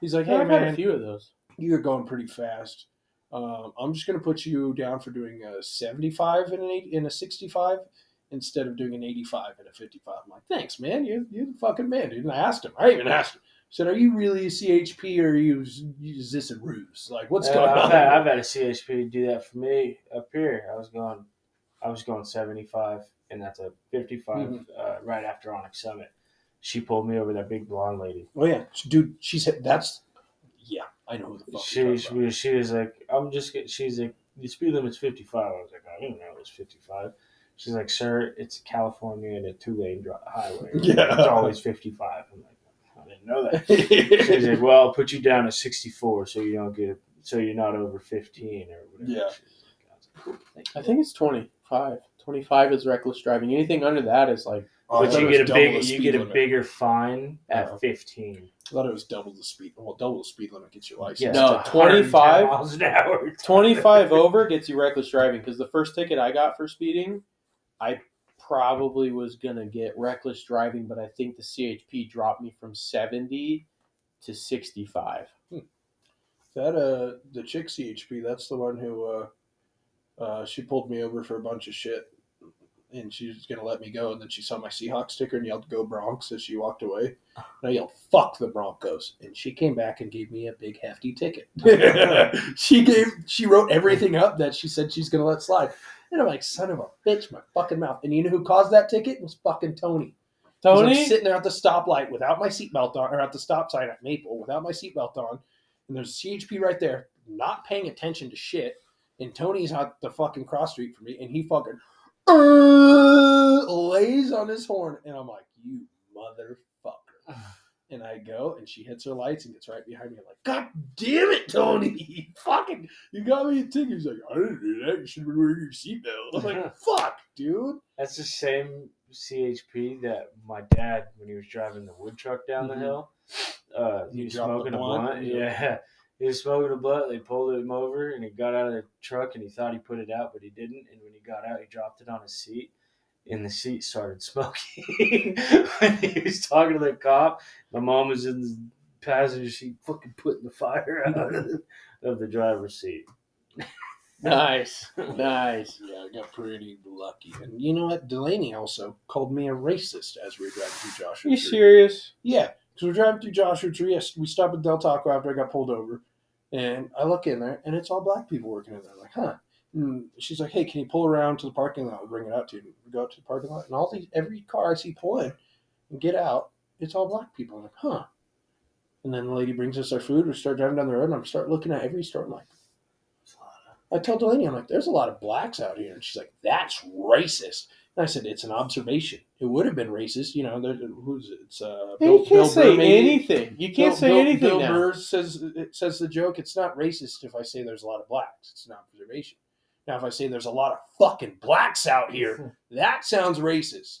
[SPEAKER 2] He's like,
[SPEAKER 4] Hey,
[SPEAKER 2] hey
[SPEAKER 4] I've had
[SPEAKER 2] man,
[SPEAKER 4] a few of those.
[SPEAKER 2] you're going pretty fast. Um, I'm just going to put you down for doing a 75 and an eight, and a 65 instead of doing an 85 and a 55. I'm like, thanks, man. You're, you're the fucking man, dude. And I asked him. I even asked him. I said, are you really a CHP or are you, is this a ruse? Like, what's
[SPEAKER 3] Uh,
[SPEAKER 2] going
[SPEAKER 3] I've
[SPEAKER 2] on?
[SPEAKER 3] Had, I've had a CHP do that for me up here. I was going, I was going 75, and that's a 55
[SPEAKER 2] Mhm.
[SPEAKER 3] uh, right after Onyx Summit. She pulled me over. That big blonde lady.
[SPEAKER 2] oh, yeah. Dude, she said, that's, yeah, I know who the fuck
[SPEAKER 3] She
[SPEAKER 2] you're
[SPEAKER 3] was,
[SPEAKER 2] talking
[SPEAKER 3] she
[SPEAKER 2] about.
[SPEAKER 3] was, she was like, I'm just. get- She's like, the speed limit's 55. I was like, I didn't know it was 55. She's like, sir, it's California and a two lane highway.
[SPEAKER 2] Yeah.
[SPEAKER 3] it's always 55. I'm like, I didn't know that. She's like, well, I'll put you down to 64 so you don't get, so you're not over 15 or whatever.
[SPEAKER 2] Yeah.
[SPEAKER 3] She was like, I was like, "Cool, thank you."
[SPEAKER 4] I think it's 25. 25 is reckless driving. Anything under that is like,
[SPEAKER 2] Oh, I
[SPEAKER 3] but
[SPEAKER 2] thought
[SPEAKER 3] you
[SPEAKER 2] it was
[SPEAKER 3] get a
[SPEAKER 2] double
[SPEAKER 3] big,
[SPEAKER 2] the
[SPEAKER 3] you
[SPEAKER 2] speed
[SPEAKER 3] get a
[SPEAKER 2] limit.
[SPEAKER 3] bigger fine at
[SPEAKER 2] Oh.
[SPEAKER 3] fifteen.
[SPEAKER 2] I thought it was double the speed. Well, double the speed limit gets your license.
[SPEAKER 3] Yeah,
[SPEAKER 4] No,
[SPEAKER 3] it's 110
[SPEAKER 4] 25
[SPEAKER 3] miles an hour.
[SPEAKER 4] 25 over gets you reckless driving because the first ticket I got for speeding, I probably was going to get reckless driving, but I think the CHP dropped me from 70 to 65.
[SPEAKER 2] That uh, the chick CHP. That's the one who uh, uh, she pulled me over for a bunch of shit, and she was gonna let me go. And then she saw my Seahawks sticker and yelled "Go Bronx" as she walked away. And I yelled "Fuck the Broncos," and she came back and gave me a big hefty ticket. she gave she wrote everything up that she said she's gonna let slide. And I'm like, son of a bitch, my fucking mouth. And you know who caused that ticket? It was fucking Tony. 'Cause I'm
[SPEAKER 4] Tony?
[SPEAKER 2] sitting there at the stoplight without my seatbelt on, or at the stop sign at Maple without my seatbelt on, and there's a CHP right there, not paying attention to shit, and Tony's out the fucking cross street from me, and he fucking uh, lays on his horn, and I'm like, you motherfucker. And I go, and she hits her lights and gets right behind me. I'm like, God damn it, Tony! You fucking, you got me a ticket. He's like, I didn't do that. You should have been wearing your seatbelt. I'm like, fuck, dude.
[SPEAKER 3] That's the same CHP that my dad, when he was driving the wood truck down
[SPEAKER 2] Mhm.
[SPEAKER 3] the hill, uh,
[SPEAKER 2] He
[SPEAKER 3] Mm-hmm. he was
[SPEAKER 2] dropped the
[SPEAKER 3] smoking a
[SPEAKER 2] blunt?
[SPEAKER 3] blunt. Yeah. He was smoking a blunt. They pulled him over and he got out of the truck and he thought he put it out, but he didn't. And when he got out, he dropped it on his seat and the seat started smoking. when he was talking to the cop, my mom was in the passenger seat fucking putting the fire out of the, of the driver's seat.
[SPEAKER 4] Nice. Nice.
[SPEAKER 2] Yeah, I got pretty lucky. And you know what? Delaney also called me a racist as we were driving through Joshua
[SPEAKER 4] you
[SPEAKER 2] Tree.
[SPEAKER 4] serious?
[SPEAKER 2] Yeah, because we're driving through Joshua Tree. Yes, we stopped at Del Taco after I got pulled over. And I look in there, and it's all black people working in there. I'm like, huh. And she's like, hey, can you pull around to the parking lot and bring it out to you? We go out to the parking lot, and all these, every car I see pulling and get out it's all black people. I'm like, huh. And then the lady brings us our food. We start driving down the road, and I'm start looking at every store. I'm like, I tell Delaney, I'm like, there's a lot of blacks out here. And she's like, that's racist. And I said, it's an observation. It would have been racist. You know, there, who's it's uh,
[SPEAKER 4] you can't say
[SPEAKER 2] Burr made it.
[SPEAKER 4] anything. You can't
[SPEAKER 2] Bill-
[SPEAKER 4] say
[SPEAKER 2] Bill-
[SPEAKER 4] anything
[SPEAKER 2] Bill
[SPEAKER 4] now.
[SPEAKER 2] Burr says it says the joke. It's not racist if I say there's a lot of blacks. It's an observation. Now, if I say there's a lot of fucking blacks out here, that sounds racist.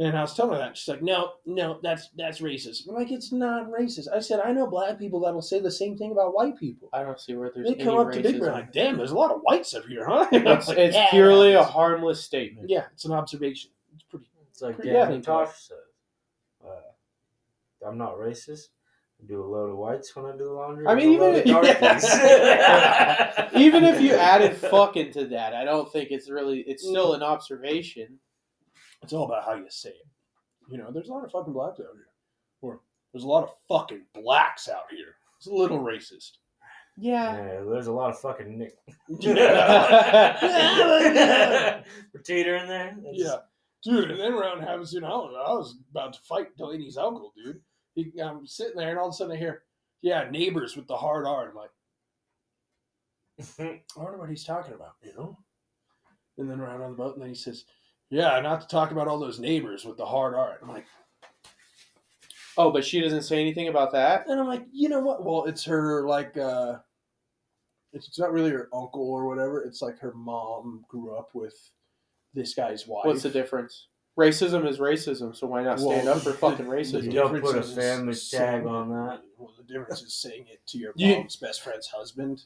[SPEAKER 2] And I was telling her that she's like, "No, no, that's that's racist." I'm like, "It's not racist." I said, "I know black people that'll say the same thing about white people.
[SPEAKER 4] I don't see where there's
[SPEAKER 2] They
[SPEAKER 4] any
[SPEAKER 2] come up to Big Bear
[SPEAKER 4] racism.
[SPEAKER 2] like, damn, there's a lot of whites up here, huh?'" And I was
[SPEAKER 4] It's,
[SPEAKER 2] like,
[SPEAKER 4] it's
[SPEAKER 2] "Yeah."
[SPEAKER 4] purely a harmless statement.
[SPEAKER 2] yeah, it's an observation. It's pretty
[SPEAKER 3] It's like
[SPEAKER 2] Yeah,
[SPEAKER 3] yeah,
[SPEAKER 2] I think
[SPEAKER 3] Tosh says. Uh, I'm not racist. I do a load of whites when I do laundry.
[SPEAKER 4] I mean,
[SPEAKER 3] and a load
[SPEAKER 4] even
[SPEAKER 3] of
[SPEAKER 4] if-
[SPEAKER 3] darkies.
[SPEAKER 4] Even if you added "fucking" to that, I don't think it's really. It's still an observation.
[SPEAKER 2] It's all about how you say it. You know, there's a lot of fucking blacks out here. Or there's a lot of fucking blacks out here. It's a little racist.
[SPEAKER 4] Yeah.
[SPEAKER 3] Yeah, there's a lot of fucking Nick.
[SPEAKER 2] Yeah.
[SPEAKER 3] Potato in there. That's-
[SPEAKER 2] Yeah. Dude, and then around Havasu Island, I was about to fight Delaney's uncle, dude. He, I'm sitting there and all of a sudden I hear, yeah, neighbors with the hard R. I'm like, I wonder what he's talking about, you know? And then around on the boat, and then he says, yeah, not to talk about all those neighbors with the hard R. I'm like,
[SPEAKER 4] Oh, but she doesn't say anything about that.
[SPEAKER 2] And I'm like, you know what? Well, it's her like uh it's, it's not really her uncle or whatever. It's like her mom grew up with this guy's wife.
[SPEAKER 4] What's the difference? Racism is racism, so why not stand
[SPEAKER 2] Well,
[SPEAKER 4] up for fucking
[SPEAKER 2] the
[SPEAKER 4] racism?
[SPEAKER 3] Don't put
[SPEAKER 2] difference
[SPEAKER 3] a
[SPEAKER 2] is
[SPEAKER 3] family
[SPEAKER 2] saying-
[SPEAKER 3] tag on that.
[SPEAKER 2] Well, the difference is saying it to your
[SPEAKER 4] You-
[SPEAKER 2] mom's best friend's husband.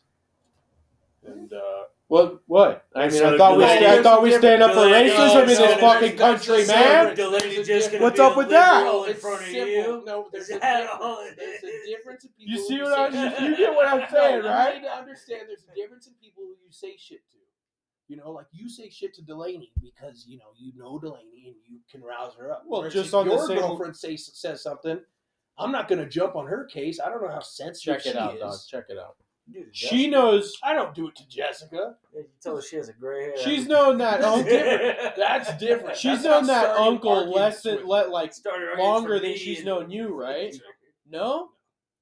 [SPEAKER 2] And uh
[SPEAKER 4] What? What? I mean, I
[SPEAKER 3] So
[SPEAKER 4] thought we,
[SPEAKER 3] Delaney-
[SPEAKER 4] I thought we stand up for
[SPEAKER 3] Delaney-
[SPEAKER 4] racism in
[SPEAKER 3] No,
[SPEAKER 4] this
[SPEAKER 3] no,
[SPEAKER 4] fucking country,
[SPEAKER 2] so
[SPEAKER 4] man.
[SPEAKER 3] Delaney just gonna
[SPEAKER 4] What's
[SPEAKER 3] be
[SPEAKER 4] up
[SPEAKER 3] a
[SPEAKER 4] with that?
[SPEAKER 3] liberal in
[SPEAKER 2] It's
[SPEAKER 3] front of
[SPEAKER 2] simple.
[SPEAKER 3] you.
[SPEAKER 2] No, there's
[SPEAKER 3] Is
[SPEAKER 2] a
[SPEAKER 3] that
[SPEAKER 2] difference.
[SPEAKER 3] all it
[SPEAKER 2] There's
[SPEAKER 3] is?
[SPEAKER 2] a difference in people
[SPEAKER 4] You
[SPEAKER 2] who
[SPEAKER 4] see what
[SPEAKER 2] say shit
[SPEAKER 4] I? You,
[SPEAKER 2] to.
[SPEAKER 4] you get what I'm saying,
[SPEAKER 2] No,
[SPEAKER 4] right?
[SPEAKER 2] You need to understand there's a difference in people who you say shit to. You know, like you say shit to Delaney because you know you know Delaney and you can rouse her up.
[SPEAKER 4] Well,
[SPEAKER 2] Whereas
[SPEAKER 4] just
[SPEAKER 2] if
[SPEAKER 4] on the
[SPEAKER 2] your
[SPEAKER 4] same-
[SPEAKER 2] girlfriend says says something, I'm not going to jump on her case. I don't know how sensitive
[SPEAKER 4] Check it
[SPEAKER 2] she
[SPEAKER 4] out,
[SPEAKER 2] is.
[SPEAKER 4] dog. Check it out.
[SPEAKER 3] Dude,
[SPEAKER 4] She knows.
[SPEAKER 2] I don't do it to Jessica.
[SPEAKER 3] You can tell her she has a gray hair.
[SPEAKER 4] She's known that uncle.
[SPEAKER 2] That's different.
[SPEAKER 4] She's
[SPEAKER 2] That's not
[SPEAKER 4] known that
[SPEAKER 2] starting
[SPEAKER 4] uncle
[SPEAKER 2] arguments
[SPEAKER 4] less than
[SPEAKER 2] with-
[SPEAKER 4] let like
[SPEAKER 3] Started arguing
[SPEAKER 4] longer
[SPEAKER 3] for
[SPEAKER 4] than
[SPEAKER 3] me
[SPEAKER 4] she's
[SPEAKER 3] and-
[SPEAKER 4] known you, right? No,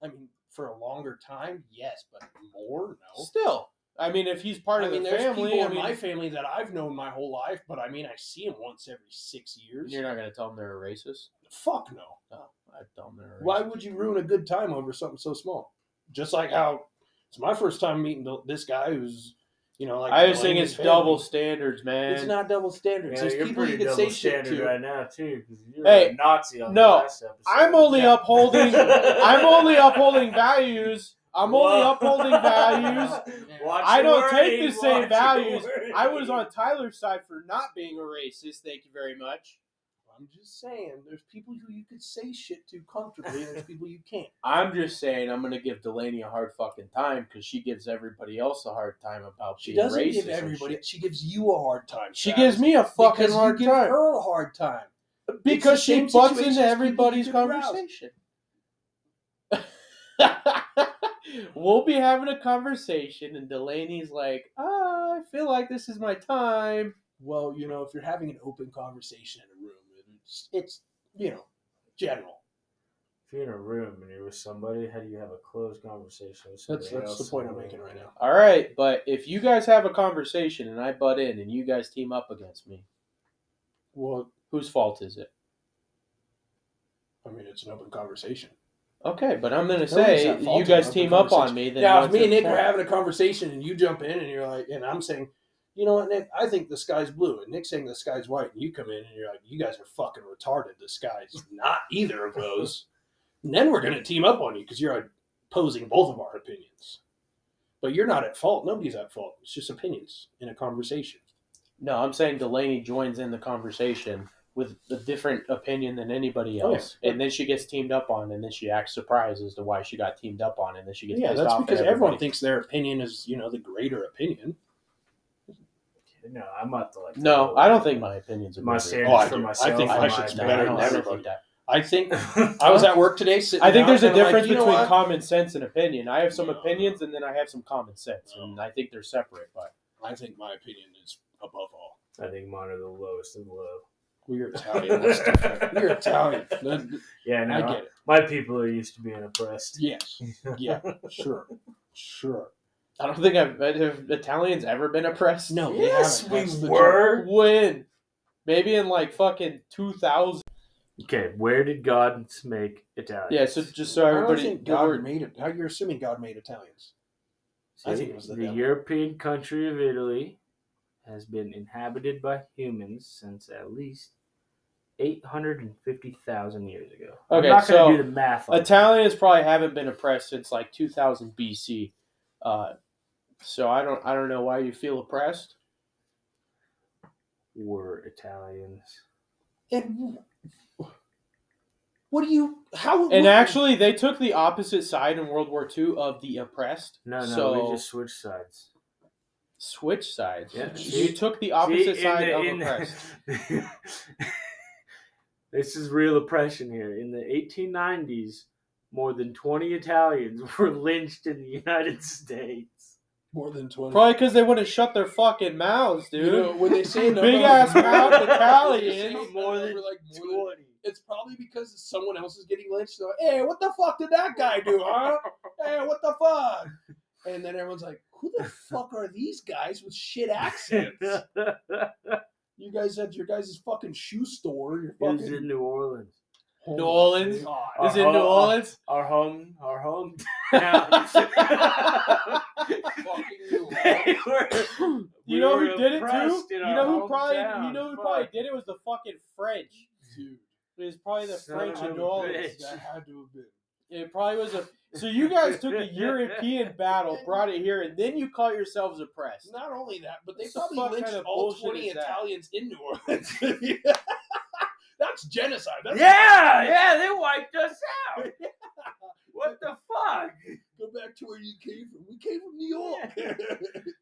[SPEAKER 2] I mean, for a longer time, yes, but more, no.
[SPEAKER 4] still. I mean, if he's part
[SPEAKER 2] I
[SPEAKER 4] of
[SPEAKER 2] mean,
[SPEAKER 4] the
[SPEAKER 2] there's
[SPEAKER 4] family,
[SPEAKER 2] people
[SPEAKER 4] I
[SPEAKER 2] in
[SPEAKER 4] mean,
[SPEAKER 2] my family that I've known my whole life, but I mean, I see them once every six years.
[SPEAKER 4] you're not gonna tell them they're a racist.
[SPEAKER 2] Fuck no.
[SPEAKER 4] No, I tell them they're a racist.
[SPEAKER 2] Why would you ruin a good time over something so small? Just like how it's my first time meeting th- this guy who's, you know, like
[SPEAKER 4] I just think
[SPEAKER 2] blaming
[SPEAKER 4] it's
[SPEAKER 2] his family.
[SPEAKER 4] double standards, man.
[SPEAKER 2] It's not double standards.
[SPEAKER 3] Yeah,
[SPEAKER 2] There's
[SPEAKER 3] you're
[SPEAKER 2] people you
[SPEAKER 3] pretty
[SPEAKER 2] can
[SPEAKER 3] double
[SPEAKER 2] say shit
[SPEAKER 3] standard
[SPEAKER 2] to.
[SPEAKER 3] right now too, because you're
[SPEAKER 4] Hey,
[SPEAKER 3] a Nazi on
[SPEAKER 4] no,
[SPEAKER 3] the last episode.
[SPEAKER 4] I'm only
[SPEAKER 3] Yeah.
[SPEAKER 4] upholding. I'm only upholding values. I'm only
[SPEAKER 3] Whoa.
[SPEAKER 4] upholding values.
[SPEAKER 3] Watch your
[SPEAKER 4] I don't take the
[SPEAKER 3] wording,
[SPEAKER 4] same
[SPEAKER 3] watch
[SPEAKER 4] values.
[SPEAKER 3] your
[SPEAKER 4] I was
[SPEAKER 3] wording.
[SPEAKER 4] on Tyler's side for not being a racist. Thank you very much.
[SPEAKER 2] I'm just saying, there's people who you could say shit to comfortably, and there's people you can't.
[SPEAKER 4] I'm just saying I'm gonna give Delaney a hard fucking time because she gives everybody else a hard time about
[SPEAKER 2] She
[SPEAKER 4] being
[SPEAKER 2] doesn't
[SPEAKER 4] racist.
[SPEAKER 2] give
[SPEAKER 4] and
[SPEAKER 2] everybody.
[SPEAKER 4] shit.
[SPEAKER 2] She gives you a hard time.
[SPEAKER 4] She
[SPEAKER 2] Travis,
[SPEAKER 4] gives me a fucking
[SPEAKER 2] because you
[SPEAKER 4] hard
[SPEAKER 2] give
[SPEAKER 4] time
[SPEAKER 2] her a hard time.
[SPEAKER 4] because
[SPEAKER 2] the
[SPEAKER 4] she
[SPEAKER 2] same
[SPEAKER 4] butts
[SPEAKER 2] situation
[SPEAKER 4] into
[SPEAKER 2] as
[SPEAKER 4] everybody's
[SPEAKER 2] people who get
[SPEAKER 4] conversation. we'll be having a conversation, and Delaney's like, "Ah, I feel like this is my time."
[SPEAKER 2] Well, you know, if you're having an open conversation in a room, it's, it's you know, general.
[SPEAKER 3] If you're in a room and you're with somebody, how do you have a closed conversation with somebody
[SPEAKER 2] That's that's the
[SPEAKER 3] else
[SPEAKER 2] point
[SPEAKER 3] in
[SPEAKER 2] I'm
[SPEAKER 3] the
[SPEAKER 2] making
[SPEAKER 3] room?
[SPEAKER 2] right now.
[SPEAKER 4] All right, but if you guys have a conversation and I butt in, and you guys team up against me,
[SPEAKER 2] Well,
[SPEAKER 4] whose fault is it?
[SPEAKER 2] I mean, it's an open conversation.
[SPEAKER 4] Okay, but I'm gonna
[SPEAKER 2] It's nobody's
[SPEAKER 4] say
[SPEAKER 2] at fault
[SPEAKER 4] you
[SPEAKER 2] in
[SPEAKER 4] guys
[SPEAKER 2] open
[SPEAKER 4] team up on
[SPEAKER 2] conversation.
[SPEAKER 4] me. Then
[SPEAKER 2] now, if
[SPEAKER 4] what's
[SPEAKER 2] me and
[SPEAKER 4] the
[SPEAKER 2] Nick were
[SPEAKER 4] point?
[SPEAKER 2] having a conversation and you jump in and you're like, and I'm saying, you know what, Nick, I think the sky's blue, and Nick's saying the sky's white, and you come in and you're like, you guys are fucking retarded. The sky's not either of those. and then we're gonna team up on you because you're opposing both of our opinions. But you're not at fault. Nobody's at fault. It's just opinions in a conversation.
[SPEAKER 4] No, I'm saying Delaney joins in the conversation with a different opinion than anybody
[SPEAKER 2] Oh, yeah.
[SPEAKER 4] else, and then she gets teamed up on, and then she acts surprised as to why she got teamed up on, and then she gets
[SPEAKER 2] Yeah,
[SPEAKER 4] pissed
[SPEAKER 2] that's
[SPEAKER 4] off. at
[SPEAKER 2] because everyone
[SPEAKER 4] everybody.
[SPEAKER 2] thinks their opinion is, you know, the greater opinion.
[SPEAKER 3] No, I'm not the like.
[SPEAKER 4] No, I don't think my opinion's a
[SPEAKER 3] my
[SPEAKER 4] bigger-
[SPEAKER 3] standards
[SPEAKER 2] Oh, I
[SPEAKER 3] for
[SPEAKER 2] do. I
[SPEAKER 3] myself.
[SPEAKER 2] think my
[SPEAKER 3] and my
[SPEAKER 2] shit's
[SPEAKER 4] no,
[SPEAKER 2] better
[SPEAKER 4] I
[SPEAKER 2] than
[SPEAKER 4] don't think
[SPEAKER 2] everybody.
[SPEAKER 4] that.
[SPEAKER 2] I think I was at work today. Sitting
[SPEAKER 4] I
[SPEAKER 2] down,
[SPEAKER 4] think there's a
[SPEAKER 2] and I'm like,
[SPEAKER 4] difference
[SPEAKER 2] "You know
[SPEAKER 4] between
[SPEAKER 2] what?
[SPEAKER 4] common sense and opinion. I have some
[SPEAKER 2] No.
[SPEAKER 4] opinions, and then I have some common sense,
[SPEAKER 2] No.
[SPEAKER 4] and I think they're separate. But
[SPEAKER 2] I think my opinion is above all.
[SPEAKER 3] I think mine are the lowest of low.
[SPEAKER 2] We're Italian. That's different. We're Italian. That-
[SPEAKER 5] Yeah, no,
[SPEAKER 2] I get it.
[SPEAKER 5] my people are used to being oppressed.
[SPEAKER 2] Yes. Yeah. Sure. Sure.
[SPEAKER 4] I don't think I've have Italians ever been oppressed.
[SPEAKER 2] No. they
[SPEAKER 5] yes,
[SPEAKER 2] haven't.
[SPEAKER 5] we
[SPEAKER 2] That's the
[SPEAKER 5] were.
[SPEAKER 4] When? Maybe in like fucking two thousand.
[SPEAKER 3] Okay, where did God make Italians?
[SPEAKER 4] Yeah. So just so
[SPEAKER 2] I don't
[SPEAKER 4] everybody,
[SPEAKER 2] think God made it. You're assuming God made Italians. I
[SPEAKER 3] See,
[SPEAKER 2] think it was the
[SPEAKER 3] the,
[SPEAKER 2] devil.
[SPEAKER 3] European country of Italy has been inhabited by humans since at least 850,000 years ago.
[SPEAKER 4] Okay,
[SPEAKER 3] I'm not
[SPEAKER 4] so
[SPEAKER 3] going to do the math. on
[SPEAKER 4] Italians probably haven't been oppressed since like 2000 BC. Uh, so I don't I don't know why you feel oppressed.
[SPEAKER 3] that. were Italians.
[SPEAKER 2] And what do you? How?
[SPEAKER 4] And
[SPEAKER 2] what-
[SPEAKER 4] actually, they took the opposite side in World War II of the oppressed.
[SPEAKER 3] No, no,
[SPEAKER 4] so
[SPEAKER 3] we just switched sides.
[SPEAKER 4] switch sides.
[SPEAKER 3] Yeah,
[SPEAKER 4] You
[SPEAKER 3] see-
[SPEAKER 4] took the opposite
[SPEAKER 3] See, in
[SPEAKER 4] side
[SPEAKER 3] the-
[SPEAKER 4] of
[SPEAKER 3] in the-
[SPEAKER 4] oppressed.
[SPEAKER 3] this is real oppression here. In the 1890s, more than 20 Italians were lynched in the United States.
[SPEAKER 2] more than twenty.
[SPEAKER 4] Probably because they wouldn't shut their fucking mouths,
[SPEAKER 2] You
[SPEAKER 4] dude.
[SPEAKER 2] know, when they say
[SPEAKER 4] Big ass mouth Italians.
[SPEAKER 2] more
[SPEAKER 3] More
[SPEAKER 2] than
[SPEAKER 3] than
[SPEAKER 2] like more than-
[SPEAKER 3] 20.
[SPEAKER 2] It's probably because someone else is getting lynched. So, hey, what the fuck did that guy do, huh? Hey, what the fuck? And then everyone's like, who the fuck are these guys with shit accents? You guys had your guys' fucking shoe store. Your
[SPEAKER 3] It was
[SPEAKER 2] fucking
[SPEAKER 3] in New Orleans.
[SPEAKER 2] Oh
[SPEAKER 4] New
[SPEAKER 2] my
[SPEAKER 4] Orleans.
[SPEAKER 2] God.
[SPEAKER 4] Is
[SPEAKER 3] uh,
[SPEAKER 4] it New Orleans?
[SPEAKER 3] Our home, our home. they
[SPEAKER 2] Fucking New
[SPEAKER 3] were,
[SPEAKER 4] You
[SPEAKER 3] we
[SPEAKER 4] know
[SPEAKER 3] were
[SPEAKER 4] who did it too?
[SPEAKER 3] oppressed
[SPEAKER 4] You
[SPEAKER 3] in
[SPEAKER 4] know
[SPEAKER 3] our
[SPEAKER 4] who probably you
[SPEAKER 3] hometown.
[SPEAKER 4] know who
[SPEAKER 3] Fuck.
[SPEAKER 4] probably did it was the fucking French.
[SPEAKER 2] Dude,
[SPEAKER 4] It was probably the
[SPEAKER 3] Son
[SPEAKER 4] French
[SPEAKER 3] of
[SPEAKER 4] in
[SPEAKER 3] a
[SPEAKER 4] New Orleans.
[SPEAKER 3] bitch.
[SPEAKER 2] that had to have been.
[SPEAKER 4] It probably was a. So you guys took a European battle, brought it here, and then you call yourselves oppressed.
[SPEAKER 2] Not only that, but they
[SPEAKER 4] What the
[SPEAKER 2] probably
[SPEAKER 4] fuck
[SPEAKER 2] lynched
[SPEAKER 4] kind of
[SPEAKER 2] all
[SPEAKER 4] bullshit
[SPEAKER 2] 20
[SPEAKER 4] is that?
[SPEAKER 2] Italians in New Orleans. That's genocide. That's
[SPEAKER 3] Yeah, yeah, they wiped us out. What the fuck?
[SPEAKER 2] Go back to where you came from. We came from New York.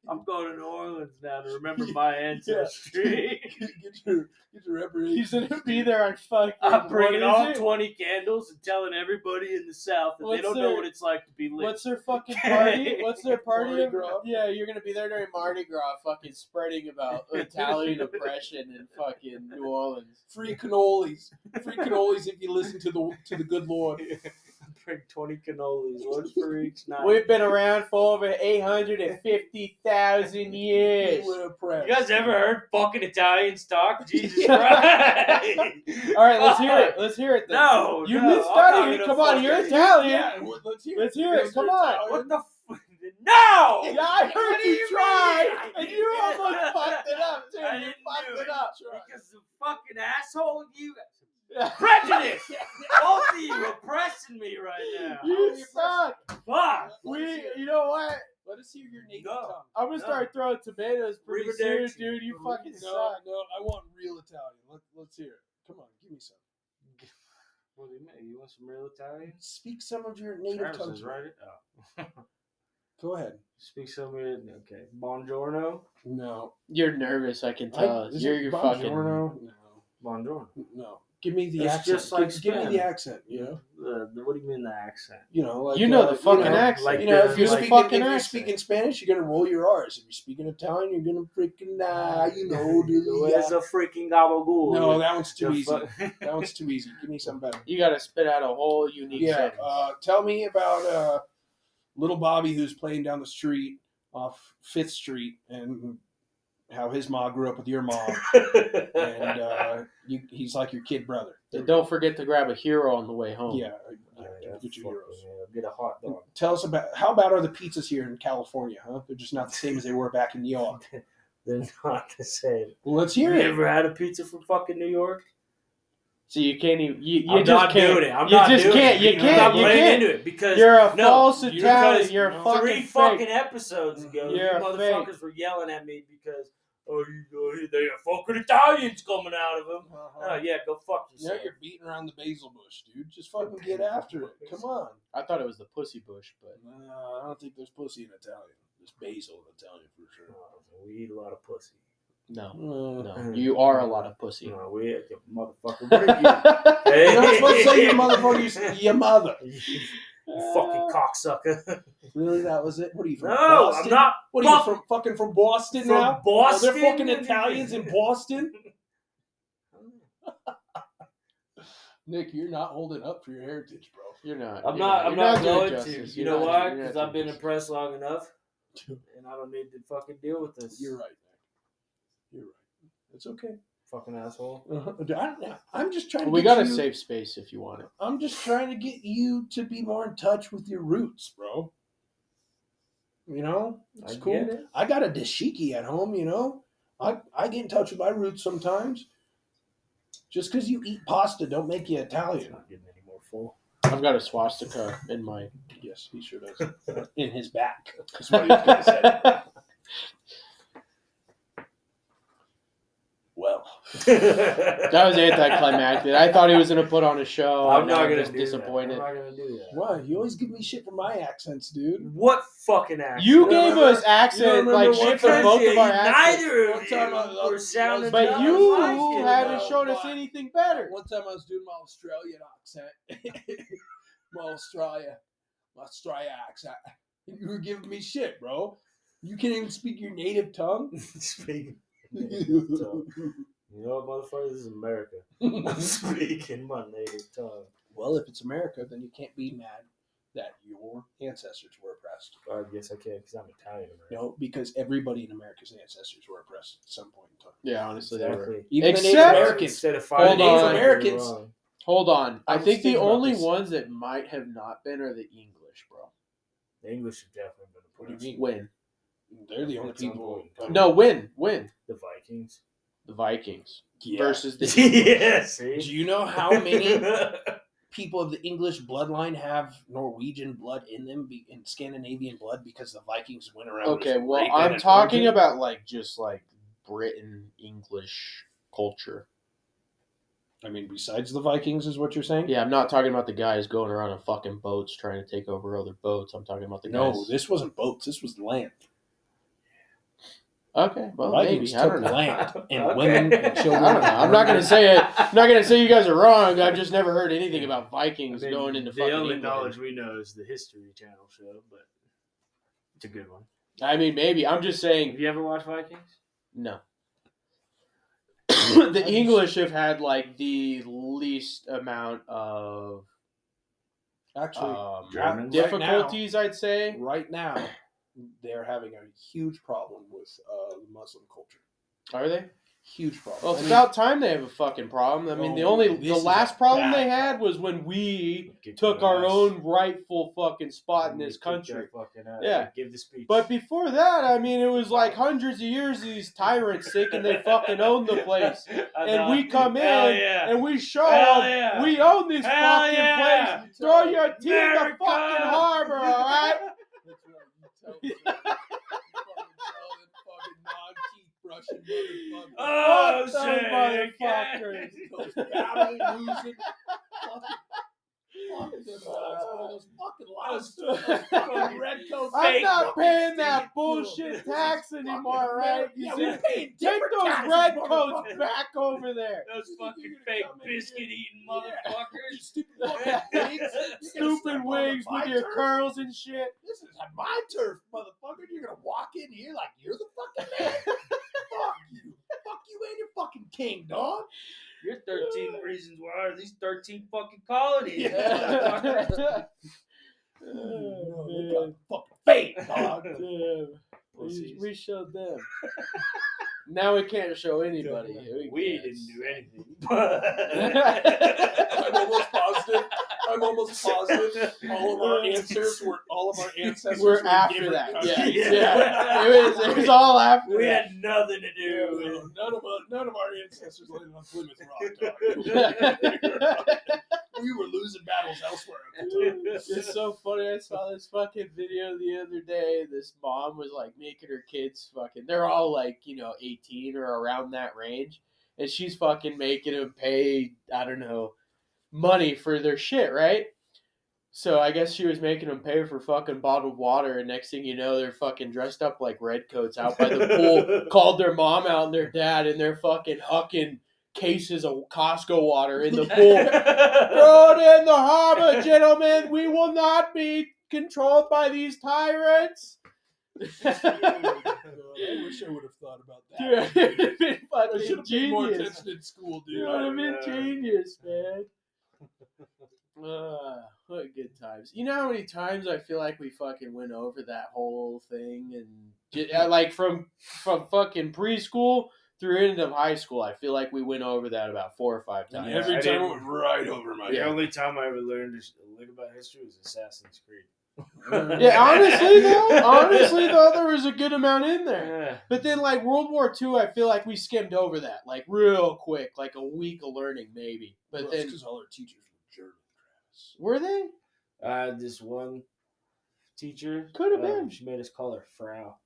[SPEAKER 3] I'm going to New Orleans now to remember my ancestry.
[SPEAKER 2] get your get your
[SPEAKER 4] He's
[SPEAKER 2] reparations.
[SPEAKER 4] gonna be there on fucking.
[SPEAKER 3] I'm
[SPEAKER 4] what is
[SPEAKER 3] bringing all
[SPEAKER 4] it?
[SPEAKER 3] 20 candles and telling everybody in the South that
[SPEAKER 4] What's
[SPEAKER 3] they don't
[SPEAKER 4] their-
[SPEAKER 3] know what it's like to be lit.
[SPEAKER 4] What's their fucking party? What's their party?
[SPEAKER 2] Mardi Gras.
[SPEAKER 4] Yeah, you're gonna be there during Mardi Gras, fucking spreading about Italian oppression in fucking New Orleans.
[SPEAKER 2] Free cannolis. Free cannolis if you listen to the to the good Lord.
[SPEAKER 3] Bring 20 cannolis, one for each night.
[SPEAKER 4] We've been around for over eight hundred and fifty thousand years.
[SPEAKER 2] We were oppressed.
[SPEAKER 3] you guys ever heard fucking Italians talk? Jesus
[SPEAKER 4] Yeah.
[SPEAKER 3] Christ!
[SPEAKER 4] All right, let's hear it. Let's hear it. Then.
[SPEAKER 3] No,
[SPEAKER 4] you
[SPEAKER 3] no,
[SPEAKER 4] missed
[SPEAKER 3] I'm not
[SPEAKER 4] out of it.
[SPEAKER 3] gonna
[SPEAKER 4] Come on, you're
[SPEAKER 3] fucking-
[SPEAKER 4] Italian.
[SPEAKER 2] Yeah, well, let's hear
[SPEAKER 4] Let's hear it.
[SPEAKER 2] Mr.
[SPEAKER 4] Come on.
[SPEAKER 2] Italian.
[SPEAKER 3] What the? F- no!
[SPEAKER 4] Yeah, I heard
[SPEAKER 3] What do
[SPEAKER 4] you,
[SPEAKER 3] you
[SPEAKER 4] tried,
[SPEAKER 3] mean?
[SPEAKER 4] and you almost fucked it up too.
[SPEAKER 3] I
[SPEAKER 4] you
[SPEAKER 3] didn't
[SPEAKER 4] fucked
[SPEAKER 3] do
[SPEAKER 4] it,
[SPEAKER 3] it.
[SPEAKER 4] up.
[SPEAKER 3] Because the fucking asshole you
[SPEAKER 4] Yeah.
[SPEAKER 3] prejudice. Both of you oppressing me right now.
[SPEAKER 4] You suck.
[SPEAKER 3] Fuck.
[SPEAKER 4] We,
[SPEAKER 2] Let's hear it.
[SPEAKER 4] you know what?
[SPEAKER 2] Let us hear your native
[SPEAKER 3] No.
[SPEAKER 2] tongue.
[SPEAKER 4] I'm gonna
[SPEAKER 3] No.
[SPEAKER 4] start throwing tomatoes pretty soon,
[SPEAKER 3] Arrivederci.
[SPEAKER 4] dude. You fucking
[SPEAKER 2] no,
[SPEAKER 4] suck.
[SPEAKER 2] no, I want real Italian. Let, let's hear it. Come on, give me some.
[SPEAKER 3] What do you mean? You want some real Italian?
[SPEAKER 2] Speak some of your native
[SPEAKER 3] Travis
[SPEAKER 2] tongue.
[SPEAKER 3] is
[SPEAKER 2] to me.
[SPEAKER 3] right. Oh.
[SPEAKER 2] Go ahead.
[SPEAKER 3] Speak some of it. Okay. Buongiorno.
[SPEAKER 2] No.
[SPEAKER 4] You're nervous. I can
[SPEAKER 2] I- is it Buongiorno? No.
[SPEAKER 3] Buongiorno.
[SPEAKER 2] No. Give me the
[SPEAKER 3] It's
[SPEAKER 2] accent.
[SPEAKER 3] just like
[SPEAKER 2] give, give me
[SPEAKER 3] Spanish.
[SPEAKER 2] the accent, you know?
[SPEAKER 3] The, the, what do you mean the accent?
[SPEAKER 2] You know, like
[SPEAKER 4] You know
[SPEAKER 2] uh,
[SPEAKER 4] the fucking
[SPEAKER 2] you know,
[SPEAKER 4] accent.
[SPEAKER 3] like
[SPEAKER 2] you know,
[SPEAKER 3] the-
[SPEAKER 2] if you're
[SPEAKER 3] like-
[SPEAKER 2] speaking if
[SPEAKER 4] fucking
[SPEAKER 2] you're
[SPEAKER 4] accent.
[SPEAKER 2] speaking Spanish, you're gonna roll your R's. If you're speaking Italian, you're gonna freaking uh, you know, do the
[SPEAKER 3] It's
[SPEAKER 2] uh,
[SPEAKER 3] a freaking gabagool.
[SPEAKER 2] No, that one's too
[SPEAKER 3] The
[SPEAKER 2] easy.
[SPEAKER 3] fu-
[SPEAKER 2] That one's too easy. Give me some better.
[SPEAKER 4] You gotta spit out a whole unique
[SPEAKER 2] Yeah.
[SPEAKER 4] sentence.
[SPEAKER 2] Uh, tell me about uh, little Bobby who's playing down the street off Fifth Street and how his mom grew up with your mom and uh, you, he's like your kid brother.
[SPEAKER 4] and don't forget to grab a hero on the way home.
[SPEAKER 2] Yeah, uh,
[SPEAKER 3] Oh,
[SPEAKER 2] yeah,
[SPEAKER 3] yeah,
[SPEAKER 2] get your
[SPEAKER 3] fucking
[SPEAKER 2] heroes.
[SPEAKER 3] hell. Get a hot dog.
[SPEAKER 2] Tell us about how bad are the pizzas here in California? Huh? They're just not the same as they were back in New York.
[SPEAKER 3] They're not the same.
[SPEAKER 2] Well, let's
[SPEAKER 3] You
[SPEAKER 2] hear it.
[SPEAKER 3] ever had a pizza from fucking New York?
[SPEAKER 4] So you can't even. You, you
[SPEAKER 3] I'm
[SPEAKER 4] just
[SPEAKER 3] not
[SPEAKER 4] can't.
[SPEAKER 3] doing it. I'm
[SPEAKER 4] you
[SPEAKER 3] not
[SPEAKER 4] just
[SPEAKER 3] doing it.
[SPEAKER 4] can't. You
[SPEAKER 3] I'm
[SPEAKER 4] can't.
[SPEAKER 3] not
[SPEAKER 4] You
[SPEAKER 3] playing
[SPEAKER 4] can't.
[SPEAKER 3] into it because
[SPEAKER 4] You're a
[SPEAKER 3] No,
[SPEAKER 4] false
[SPEAKER 3] because
[SPEAKER 4] Italian. You're a
[SPEAKER 2] three
[SPEAKER 4] fucking
[SPEAKER 3] three
[SPEAKER 4] fake.
[SPEAKER 3] fucking episodes ago,
[SPEAKER 4] You're
[SPEAKER 3] you
[SPEAKER 4] a
[SPEAKER 3] motherfuckers were yelling at me because oh, you, they are fucking Italians coming out of them. Oh
[SPEAKER 2] Uh-huh.
[SPEAKER 3] yeah, go fuck
[SPEAKER 2] Now
[SPEAKER 3] yourself.
[SPEAKER 2] you're beating around the basil bush, dude. Just fucking get after it. Come on.
[SPEAKER 4] I thought it was the pussy bush, but
[SPEAKER 2] No, I don't think there's pussy in Italian. There's basil in Italian for sure.
[SPEAKER 3] Oh, we eat a lot of pussy.
[SPEAKER 4] no,
[SPEAKER 2] Uh,
[SPEAKER 4] no, you are a lot of pussy.
[SPEAKER 3] You know, we eat the motherfucker. What
[SPEAKER 4] You're
[SPEAKER 3] are you?
[SPEAKER 2] You're not supposed to say your motherfuckers, your mother. Uh,
[SPEAKER 3] You fucking cocksucker.
[SPEAKER 2] Really, that was it? What are you from?
[SPEAKER 3] No,
[SPEAKER 2] Boston?
[SPEAKER 3] I'm not
[SPEAKER 2] What are you
[SPEAKER 3] fuck-
[SPEAKER 2] from? Fucking from Boston
[SPEAKER 3] from
[SPEAKER 2] now?
[SPEAKER 3] Boston.
[SPEAKER 2] Are there fucking Italians in Boston? Nick, you're not holding up for your heritage, bro.
[SPEAKER 4] You're not.
[SPEAKER 3] I'm
[SPEAKER 4] you're
[SPEAKER 3] not. I'm
[SPEAKER 4] you're
[SPEAKER 3] not,
[SPEAKER 4] doing
[SPEAKER 3] going to.
[SPEAKER 4] justice.
[SPEAKER 3] You
[SPEAKER 4] You're
[SPEAKER 3] know
[SPEAKER 4] not-
[SPEAKER 3] why?
[SPEAKER 4] you're not
[SPEAKER 3] Because I've
[SPEAKER 4] doing
[SPEAKER 3] been
[SPEAKER 4] justice.
[SPEAKER 3] oppressed long enough, and I don't need to fucking deal with this.
[SPEAKER 2] You're right, Nick. You're right. It's okay.
[SPEAKER 3] fucking asshole.
[SPEAKER 2] Uh-huh. I, am just trying. To
[SPEAKER 4] We
[SPEAKER 2] get
[SPEAKER 4] got a
[SPEAKER 2] you-
[SPEAKER 4] safe space if you want it.
[SPEAKER 2] I'm just trying to get you to be more in touch with your roots, bro. You know, it's
[SPEAKER 3] I
[SPEAKER 2] cool.
[SPEAKER 3] get it.
[SPEAKER 2] I got a dashiki at home. You know, I I get in touch with my roots sometimes. Just because you eat pasta, don't make you Italian.
[SPEAKER 3] not getting any more full.
[SPEAKER 4] I've got a swastika in my.
[SPEAKER 2] Yes, he sure does. in his back. That's what he was gonna say.
[SPEAKER 4] I
[SPEAKER 2] Well,
[SPEAKER 4] That was anticlimactic. I thought he was going to put on a show.
[SPEAKER 3] I'm
[SPEAKER 4] now
[SPEAKER 3] not gonna
[SPEAKER 4] just
[SPEAKER 3] do
[SPEAKER 4] disappointed.
[SPEAKER 3] That. I'm not gonna do that.
[SPEAKER 2] why you always give me shit for my accents, dude?
[SPEAKER 3] What fucking ass?
[SPEAKER 4] You
[SPEAKER 2] You
[SPEAKER 4] gave
[SPEAKER 2] remember-
[SPEAKER 4] us accent
[SPEAKER 2] remember
[SPEAKER 4] like
[SPEAKER 2] one
[SPEAKER 4] shit for
[SPEAKER 2] time
[SPEAKER 4] both of our accents.
[SPEAKER 3] Neither
[SPEAKER 2] One time I-
[SPEAKER 3] of you were sounding
[SPEAKER 4] But
[SPEAKER 2] None
[SPEAKER 4] you
[SPEAKER 2] of us like it,
[SPEAKER 4] haven't
[SPEAKER 2] though.
[SPEAKER 4] shown us
[SPEAKER 2] Why?
[SPEAKER 4] anything better.
[SPEAKER 2] One time I was doing my Australian accent, my Australia, my Australia accent. You were giving me shit, bro. You can't even speak your native tongue.
[SPEAKER 3] Speaking.
[SPEAKER 2] well,
[SPEAKER 3] You know what, motherfucker? This is America. I'm speaking my native tongue.
[SPEAKER 2] if it's America, then you can't be mad that your ancestors were oppressed.
[SPEAKER 3] I guess I can because I'm Italian American.
[SPEAKER 2] No, because everybody in America's ancestors were oppressed at some point in time.
[SPEAKER 4] Yeah, honestly, they were.
[SPEAKER 3] Exactly.
[SPEAKER 2] Even the Native
[SPEAKER 4] Except-
[SPEAKER 2] Americans.
[SPEAKER 3] Instead of
[SPEAKER 4] Hold
[SPEAKER 3] fighting
[SPEAKER 4] on.
[SPEAKER 2] Americans.
[SPEAKER 4] Hold on. I,
[SPEAKER 2] I was
[SPEAKER 4] think the
[SPEAKER 2] thinking about
[SPEAKER 4] only
[SPEAKER 2] this.
[SPEAKER 4] ones that might have not been are the English, bro.
[SPEAKER 3] The English have definitely been
[SPEAKER 2] What do you
[SPEAKER 3] oppressed.
[SPEAKER 2] mean?
[SPEAKER 4] When?
[SPEAKER 2] They're the only
[SPEAKER 3] At some
[SPEAKER 2] people.
[SPEAKER 3] point in time.
[SPEAKER 4] No, when? When?
[SPEAKER 3] The Vikings.
[SPEAKER 4] The Vikings
[SPEAKER 2] Yeah.
[SPEAKER 4] versus the.
[SPEAKER 3] yes.
[SPEAKER 2] Do you know how many people of the English bloodline have Norwegian blood in them be, and Scandinavian blood because the Vikings went around.
[SPEAKER 4] Okay,
[SPEAKER 2] just
[SPEAKER 4] well,
[SPEAKER 2] raping
[SPEAKER 4] I'm
[SPEAKER 2] and
[SPEAKER 4] talking
[SPEAKER 2] pillaging?
[SPEAKER 4] about like just like Britain English culture.
[SPEAKER 2] I mean, besides the Vikings, is what you're saying?
[SPEAKER 4] Yeah, I'm not talking about the guys going around on fucking boats trying to take over other boats. I'm talking about the
[SPEAKER 2] No,
[SPEAKER 4] guys.
[SPEAKER 2] this wasn't boats. This was land.
[SPEAKER 4] Okay, well,
[SPEAKER 2] Vikings
[SPEAKER 4] maybe I don't
[SPEAKER 2] took
[SPEAKER 4] know.
[SPEAKER 2] land and
[SPEAKER 3] Okay.
[SPEAKER 2] women and
[SPEAKER 4] I
[SPEAKER 2] children.
[SPEAKER 4] don't know. I'm not gonna say it. I'm not gonna say you guys are wrong. I've just never heard anything about Vikings going into
[SPEAKER 3] the
[SPEAKER 4] fucking
[SPEAKER 3] only
[SPEAKER 4] England.
[SPEAKER 3] knowledge we know is the History Channel show, but it's a good one.
[SPEAKER 4] I mean, maybe I'm just saying
[SPEAKER 3] Have you ever watched Vikings?
[SPEAKER 4] No. the English have had like the least amount of
[SPEAKER 2] Actually,
[SPEAKER 4] um,
[SPEAKER 3] Germans?
[SPEAKER 2] Right now-
[SPEAKER 4] difficulties, I'd say.
[SPEAKER 2] right now, they're having a huge problem with uh, Muslim culture.
[SPEAKER 4] Are they?
[SPEAKER 2] Huge problem.
[SPEAKER 4] Well,
[SPEAKER 2] I
[SPEAKER 4] it's
[SPEAKER 2] mean,
[SPEAKER 4] about time they have a fucking problem. I mean, the
[SPEAKER 2] Oh,
[SPEAKER 4] only
[SPEAKER 2] this
[SPEAKER 4] the
[SPEAKER 2] is a
[SPEAKER 4] last problem
[SPEAKER 2] bad
[SPEAKER 4] they had was when we
[SPEAKER 3] Get
[SPEAKER 4] took
[SPEAKER 3] your
[SPEAKER 4] our
[SPEAKER 3] ass.
[SPEAKER 4] own rightful fucking spot in
[SPEAKER 3] Get
[SPEAKER 4] this
[SPEAKER 3] your
[SPEAKER 4] country.
[SPEAKER 3] fucking ass.
[SPEAKER 4] Yeah.
[SPEAKER 3] Give the speech.
[SPEAKER 4] But before that, I mean, it was like hundreds of years of these tyrants thinking they fucking owned the place,
[SPEAKER 3] I
[SPEAKER 4] and
[SPEAKER 3] know.
[SPEAKER 4] we come
[SPEAKER 3] Hell
[SPEAKER 4] in
[SPEAKER 3] yeah.
[SPEAKER 4] and we show
[SPEAKER 3] Hell
[SPEAKER 4] them
[SPEAKER 3] yeah.
[SPEAKER 4] We own this
[SPEAKER 3] Hell
[SPEAKER 4] fucking
[SPEAKER 3] yeah.
[SPEAKER 4] place. Throw your team in the fucking
[SPEAKER 3] America.
[SPEAKER 4] harbor, all right?
[SPEAKER 2] That's right, you tell me. You fucking tell them fucking non-teeth brushing motherfuckers.
[SPEAKER 3] Oh,
[SPEAKER 4] Fuck those
[SPEAKER 3] shit.
[SPEAKER 4] motherfuckers.
[SPEAKER 2] Those battle losing fucking fuck them assholes, fucking lobsters, those fucking redcoats.
[SPEAKER 4] I'm
[SPEAKER 3] Fake
[SPEAKER 4] not
[SPEAKER 2] fucking
[SPEAKER 4] paying
[SPEAKER 2] stinking
[SPEAKER 4] that
[SPEAKER 2] noodles.
[SPEAKER 4] bullshit tax
[SPEAKER 2] Fucking
[SPEAKER 4] anymore, right?
[SPEAKER 2] America.
[SPEAKER 4] You
[SPEAKER 2] Yeah,
[SPEAKER 4] see?
[SPEAKER 2] we're paying
[SPEAKER 4] Take
[SPEAKER 2] different
[SPEAKER 4] those
[SPEAKER 2] taxes,
[SPEAKER 4] red
[SPEAKER 2] motherfucker.
[SPEAKER 4] coats back over there.
[SPEAKER 3] Those fucking
[SPEAKER 2] You're
[SPEAKER 3] fake
[SPEAKER 2] coming in.
[SPEAKER 3] biscuit eating
[SPEAKER 2] Yeah. You
[SPEAKER 3] motherfuckers.
[SPEAKER 2] stupid fucking pigs. You're gonna step
[SPEAKER 4] Stupid
[SPEAKER 2] on
[SPEAKER 4] wigs
[SPEAKER 2] my
[SPEAKER 4] with your
[SPEAKER 2] turf.
[SPEAKER 4] curls and shit.
[SPEAKER 2] This is my turf, motherfucker. You're gonna walk in here like you're the fucking man. Fuck you. Fuck you and your fucking king, dog.
[SPEAKER 3] Your 13 reasons why are these 13 fucking colonies?
[SPEAKER 2] Yeah.
[SPEAKER 3] motherfucker.
[SPEAKER 4] Oh,
[SPEAKER 2] They got fucking fate, dog.
[SPEAKER 4] Damn. We,
[SPEAKER 3] Pussies.
[SPEAKER 4] we showed them. now we can't show anybody.
[SPEAKER 3] We didn't do anything.
[SPEAKER 2] I'm almost positive. I'm almost positive. All of our answers were all of our ancestors.
[SPEAKER 4] We're
[SPEAKER 2] were
[SPEAKER 4] after
[SPEAKER 2] different
[SPEAKER 4] that.
[SPEAKER 2] countries.
[SPEAKER 4] Yeah.
[SPEAKER 3] Yeah.
[SPEAKER 4] yeah. It, was, it was all after
[SPEAKER 3] we
[SPEAKER 4] that.
[SPEAKER 3] had nothing to do
[SPEAKER 2] None of our, none of our ancestors landed on Plymouth Rock. Dog.
[SPEAKER 4] it's
[SPEAKER 2] we were losing battles elsewhere. At the time.
[SPEAKER 4] so funny. I saw this fucking video the other day. This mom was like making her kids fucking. They're all like you know eighteen or around that range, and she's fucking making them pay. I don't know money for their shit, right? So I guess she was making them pay for fucking bottled water, and next thing you know, they're fucking dressed up like redcoats out by the pool. called their mom out and their dad, and they're fucking hucking cases of Costco water in the pool. Throw it in the harbor, gentlemen. We will not be controlled by these tyrants.
[SPEAKER 2] I wish I would have thought about
[SPEAKER 4] Dude,
[SPEAKER 2] that.
[SPEAKER 4] it would have been
[SPEAKER 2] I should
[SPEAKER 4] fucking
[SPEAKER 2] have paid more
[SPEAKER 4] genius.
[SPEAKER 2] attention in school,
[SPEAKER 4] You
[SPEAKER 2] dude.
[SPEAKER 4] would have been
[SPEAKER 3] Yeah.
[SPEAKER 4] genius, man. Uh, what good times. You know how many times I feel like we fucking went over that whole thing and j- uh, like from from fucking preschool through end of high school, I feel like we went over that about four or five
[SPEAKER 2] And
[SPEAKER 4] times.
[SPEAKER 2] every time
[SPEAKER 3] I
[SPEAKER 2] it
[SPEAKER 3] didn't-
[SPEAKER 2] went right over my
[SPEAKER 3] The
[SPEAKER 2] head.
[SPEAKER 3] only time I ever learned a sh- a lick about history was Assassin's Creed.
[SPEAKER 4] yeah, honestly though, honestly though, there was a good amount in there. But then, like World War II, I feel like we skimmed over that like real quick, like a week of learning maybe. But
[SPEAKER 2] Well, it's
[SPEAKER 4] then,
[SPEAKER 2] 'cause all our teachers were German, Travis.
[SPEAKER 4] were they?
[SPEAKER 3] Uh, this one teacher
[SPEAKER 4] Could have
[SPEAKER 3] uh,
[SPEAKER 4] been.
[SPEAKER 3] She made us call her Frau.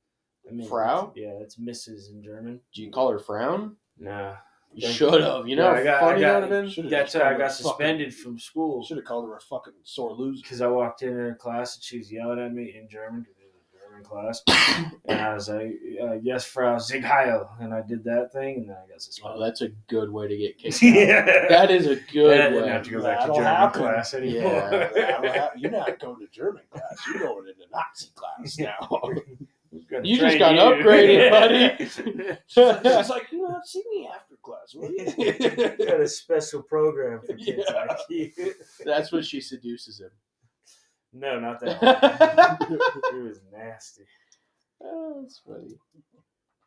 [SPEAKER 3] I mean,
[SPEAKER 4] Frau?
[SPEAKER 3] Yeah, that's Mrs. in German.
[SPEAKER 4] Do you call her frown?
[SPEAKER 3] Nah,
[SPEAKER 4] You should have. You know,
[SPEAKER 3] Yeah, I got-
[SPEAKER 4] how
[SPEAKER 3] I
[SPEAKER 4] funny
[SPEAKER 3] got-
[SPEAKER 4] that would have been.
[SPEAKER 2] Should've
[SPEAKER 3] that's
[SPEAKER 2] just
[SPEAKER 3] how I
[SPEAKER 2] called her
[SPEAKER 3] got
[SPEAKER 2] a fucking-
[SPEAKER 3] suspended from school
[SPEAKER 2] Should have called her a fucking sore loser.
[SPEAKER 3] because I walked in her class and she was yelling at me in German because it was a German class, and I was like, uh, "Yes, Frau Sieg Heil," and I did that thing, and then I got
[SPEAKER 4] Oh,
[SPEAKER 3] suspended.
[SPEAKER 4] that's a good way to get kicked. out.
[SPEAKER 3] yeah,
[SPEAKER 4] That is a
[SPEAKER 3] And I
[SPEAKER 4] good
[SPEAKER 3] didn't
[SPEAKER 4] way.
[SPEAKER 3] have to go back to
[SPEAKER 2] That'll
[SPEAKER 3] German
[SPEAKER 2] happen.
[SPEAKER 3] class anymore.
[SPEAKER 4] Yeah. Oh,
[SPEAKER 2] You're not going to German class. You're going into Nazi class now.
[SPEAKER 4] You just got upgraded,
[SPEAKER 3] buddy.
[SPEAKER 2] She's like, you know, see me after class, will you?
[SPEAKER 3] got a special program for kids
[SPEAKER 2] Yeah.
[SPEAKER 3] like you.
[SPEAKER 4] That's when she seduces him.
[SPEAKER 3] No, not that. one.
[SPEAKER 4] oh,
[SPEAKER 3] it was nasty.
[SPEAKER 4] that's funny.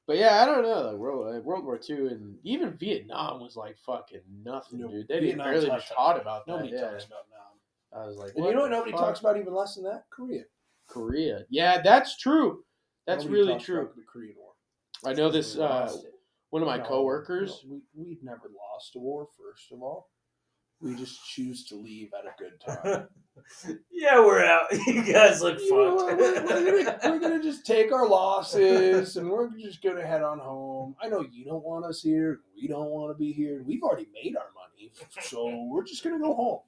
[SPEAKER 4] But yeah, I don't know. Like World, like World War II and even Vietnam was like fucking nothing,
[SPEAKER 2] No,
[SPEAKER 4] dude. They didn't
[SPEAKER 2] Vietnam
[SPEAKER 4] barely
[SPEAKER 2] talks
[SPEAKER 4] just taught about that.
[SPEAKER 2] Nobody
[SPEAKER 4] yeah.
[SPEAKER 2] talks about now.
[SPEAKER 4] I was like,
[SPEAKER 2] And you know what nobody talks
[SPEAKER 4] talks
[SPEAKER 2] about even less than that? Korea.
[SPEAKER 4] Korea. Yeah, that's true. That's
[SPEAKER 2] Nobody
[SPEAKER 4] really
[SPEAKER 2] talks
[SPEAKER 4] true.
[SPEAKER 2] about The Korean War.
[SPEAKER 4] I know this.
[SPEAKER 3] We
[SPEAKER 4] Uh,
[SPEAKER 3] lost it.
[SPEAKER 4] one of my
[SPEAKER 2] No,
[SPEAKER 4] coworkers.
[SPEAKER 2] no, we, we've never lost a war, first of all. We just choose to leave at a good time.
[SPEAKER 3] yeah, we're out. You guys look
[SPEAKER 2] You know what,
[SPEAKER 3] fucked.
[SPEAKER 2] we're, we're gonna, we're gonna just take our losses and we're just gonna head on home. I know you don't want us here. We don't want to be here. We've already made our money, so we're just gonna go home.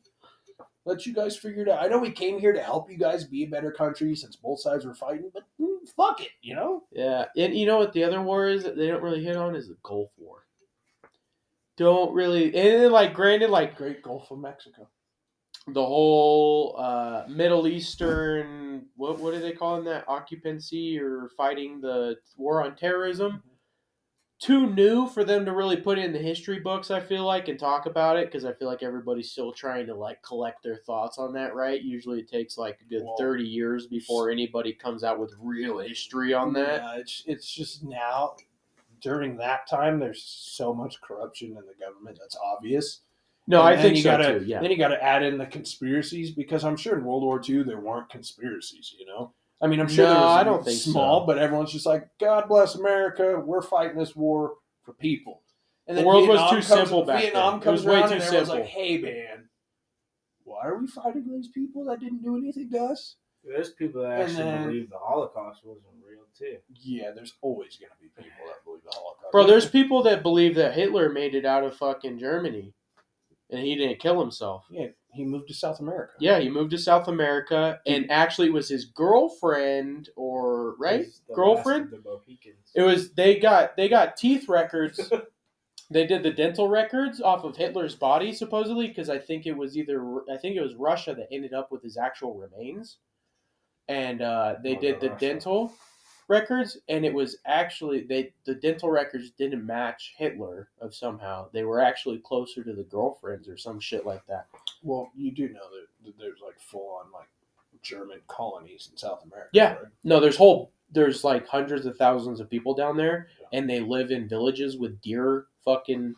[SPEAKER 2] Let you guys figure it out. I know we came here to help you guys be a better country since both sides were fighting, but mm, fuck it, you know.
[SPEAKER 4] Yeah, and you know what the other war is that they don't really hit on is the Gulf War. Don't really, and then, like granted, like
[SPEAKER 2] Great Gulf of Mexico.
[SPEAKER 4] the whole uh, Middle Eastern what what are they calling that occupancy or fighting the war on
[SPEAKER 2] Mm-hmm.
[SPEAKER 4] terrorism? Too new for them to really put in the history books. I feel like and talk about it because I feel like everybody's still trying to like collect their thoughts on that. Right? Usually it takes like a good
[SPEAKER 2] Well-
[SPEAKER 4] thirty years before anybody comes out with real history on that.
[SPEAKER 2] Yeah, it's it's just now during that time there's so much corruption in the government that's obvious.
[SPEAKER 4] No,
[SPEAKER 2] And
[SPEAKER 4] I
[SPEAKER 2] then
[SPEAKER 4] think
[SPEAKER 2] you
[SPEAKER 4] so
[SPEAKER 2] gotta-
[SPEAKER 4] too. Yeah,
[SPEAKER 2] Then you gotta add in the conspiracies because I'm sure in World War II there weren't conspiracies, you know? I mean I'm sure
[SPEAKER 4] No,
[SPEAKER 2] there was
[SPEAKER 4] I don't think
[SPEAKER 2] small,
[SPEAKER 4] so.
[SPEAKER 2] but everyone's just like, God bless America, we're fighting this war for people. And
[SPEAKER 4] The world was
[SPEAKER 2] Vietnam
[SPEAKER 4] too
[SPEAKER 2] comes-
[SPEAKER 4] simple back
[SPEAKER 2] Vietnam
[SPEAKER 4] then. It
[SPEAKER 2] comes
[SPEAKER 4] was way
[SPEAKER 2] around
[SPEAKER 4] too
[SPEAKER 2] and everyone's like,
[SPEAKER 4] simple.
[SPEAKER 2] hey man, why are we fighting these people that didn't do anything to us?
[SPEAKER 3] There's people that
[SPEAKER 2] And
[SPEAKER 3] actually
[SPEAKER 2] then-
[SPEAKER 3] believe the Holocaust wasn't real too.
[SPEAKER 2] Yeah, there's always gonna be people that believe the Holocaust.
[SPEAKER 4] Bro, there's people that believe that Hitler made it out of fucking Germany and he didn't kill himself.
[SPEAKER 2] Yeah, he moved to South America.
[SPEAKER 4] Yeah, he moved to South America and actually it was his girlfriend or right?
[SPEAKER 3] He's the
[SPEAKER 4] Girlfriend?
[SPEAKER 3] last of the Mohicans.
[SPEAKER 4] It was they got they got teeth records. they did the dental records off of Hitler's body supposedly because I think it was either I think it was Russia that ended up with his actual remains, and uh, they
[SPEAKER 3] Was
[SPEAKER 4] did
[SPEAKER 3] it
[SPEAKER 4] the
[SPEAKER 3] Russia?
[SPEAKER 4] dental records and it was actually they the dental records didn't match Hitler of somehow they were actually closer to the girlfriends or some shit like that.
[SPEAKER 2] Well, you do know that, that there's like full on like German colonies in South America.
[SPEAKER 4] Yeah.
[SPEAKER 2] right?
[SPEAKER 4] No, there's whole there's like hundreds of thousands of people down there, and they live in villages with deer fucking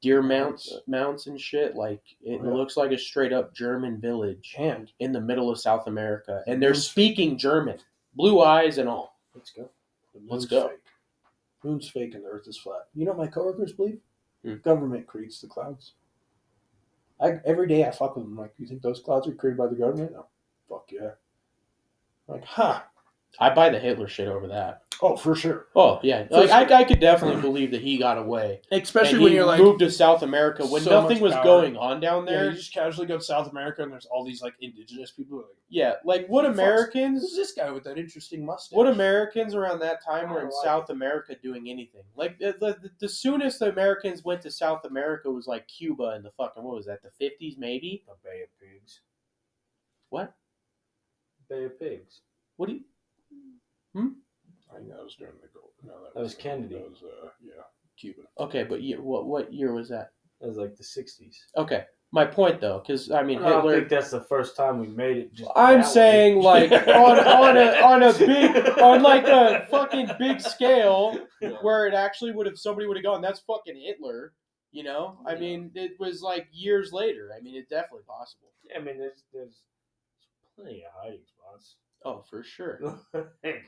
[SPEAKER 4] deer mounts mounts and shit. Like it
[SPEAKER 2] Yeah.
[SPEAKER 4] looks like a straight up German village
[SPEAKER 2] And Mhm.
[SPEAKER 4] in the middle of South America, and they're speaking German, blue eyes and all.
[SPEAKER 2] let's go. The moon's
[SPEAKER 4] Let's go.
[SPEAKER 2] Fake. Moon's fake and the Earth is flat. You know what my coworkers believe?
[SPEAKER 4] Hmm.
[SPEAKER 2] Government creates the clouds. I every day I fuck with them. Like, you think those clouds are created by the government? No. Fuck yeah. Like, huh?
[SPEAKER 4] I buy the Hitler shit over that.
[SPEAKER 2] Oh, for sure.
[SPEAKER 4] Oh yeah,
[SPEAKER 2] For
[SPEAKER 4] like I, I could definitely believe that he got away,
[SPEAKER 2] Especially
[SPEAKER 4] And he moved to South America when
[SPEAKER 2] so
[SPEAKER 4] nothing
[SPEAKER 2] much
[SPEAKER 4] was
[SPEAKER 2] power.
[SPEAKER 4] going on down
[SPEAKER 2] yeah,
[SPEAKER 4] there.
[SPEAKER 2] you just casually go to South America and there's all these like indigenous people. who are Like,
[SPEAKER 4] yeah, like what
[SPEAKER 2] Who the fuck's-
[SPEAKER 4] Americans?
[SPEAKER 2] who's this guy with that interesting mustache?
[SPEAKER 4] What Americans around that time were
[SPEAKER 3] I
[SPEAKER 4] in
[SPEAKER 3] like
[SPEAKER 4] South America doing anything? Like the, the, the soonest the Americans went to South America was like Cuba in the fucking what was that the fifties maybe?
[SPEAKER 3] The Bay of Pigs.
[SPEAKER 4] What?
[SPEAKER 3] Bay of Pigs.
[SPEAKER 4] What do you?
[SPEAKER 2] I think that was during the gold. No, that,
[SPEAKER 3] That was Kennedy.
[SPEAKER 2] That was uh, yeah, Cuban.
[SPEAKER 4] Okay, but you, what what year was that?
[SPEAKER 3] That was like the 60s.
[SPEAKER 4] Okay, my point though, because I mean
[SPEAKER 3] I don't
[SPEAKER 4] Hitler.
[SPEAKER 3] think that's the first time we made it. just
[SPEAKER 4] I'm
[SPEAKER 3] that way.
[SPEAKER 4] saying like on, on a on a big on like a fucking big scale where it actually would have somebody would have gone that's fucking Hitler. You know, I
[SPEAKER 3] Yeah.
[SPEAKER 4] mean, it was like years later. I mean, it's definitely possible.
[SPEAKER 3] I mean, there's there's plenty of hiding spots.
[SPEAKER 4] Oh, for sure.
[SPEAKER 3] Heck,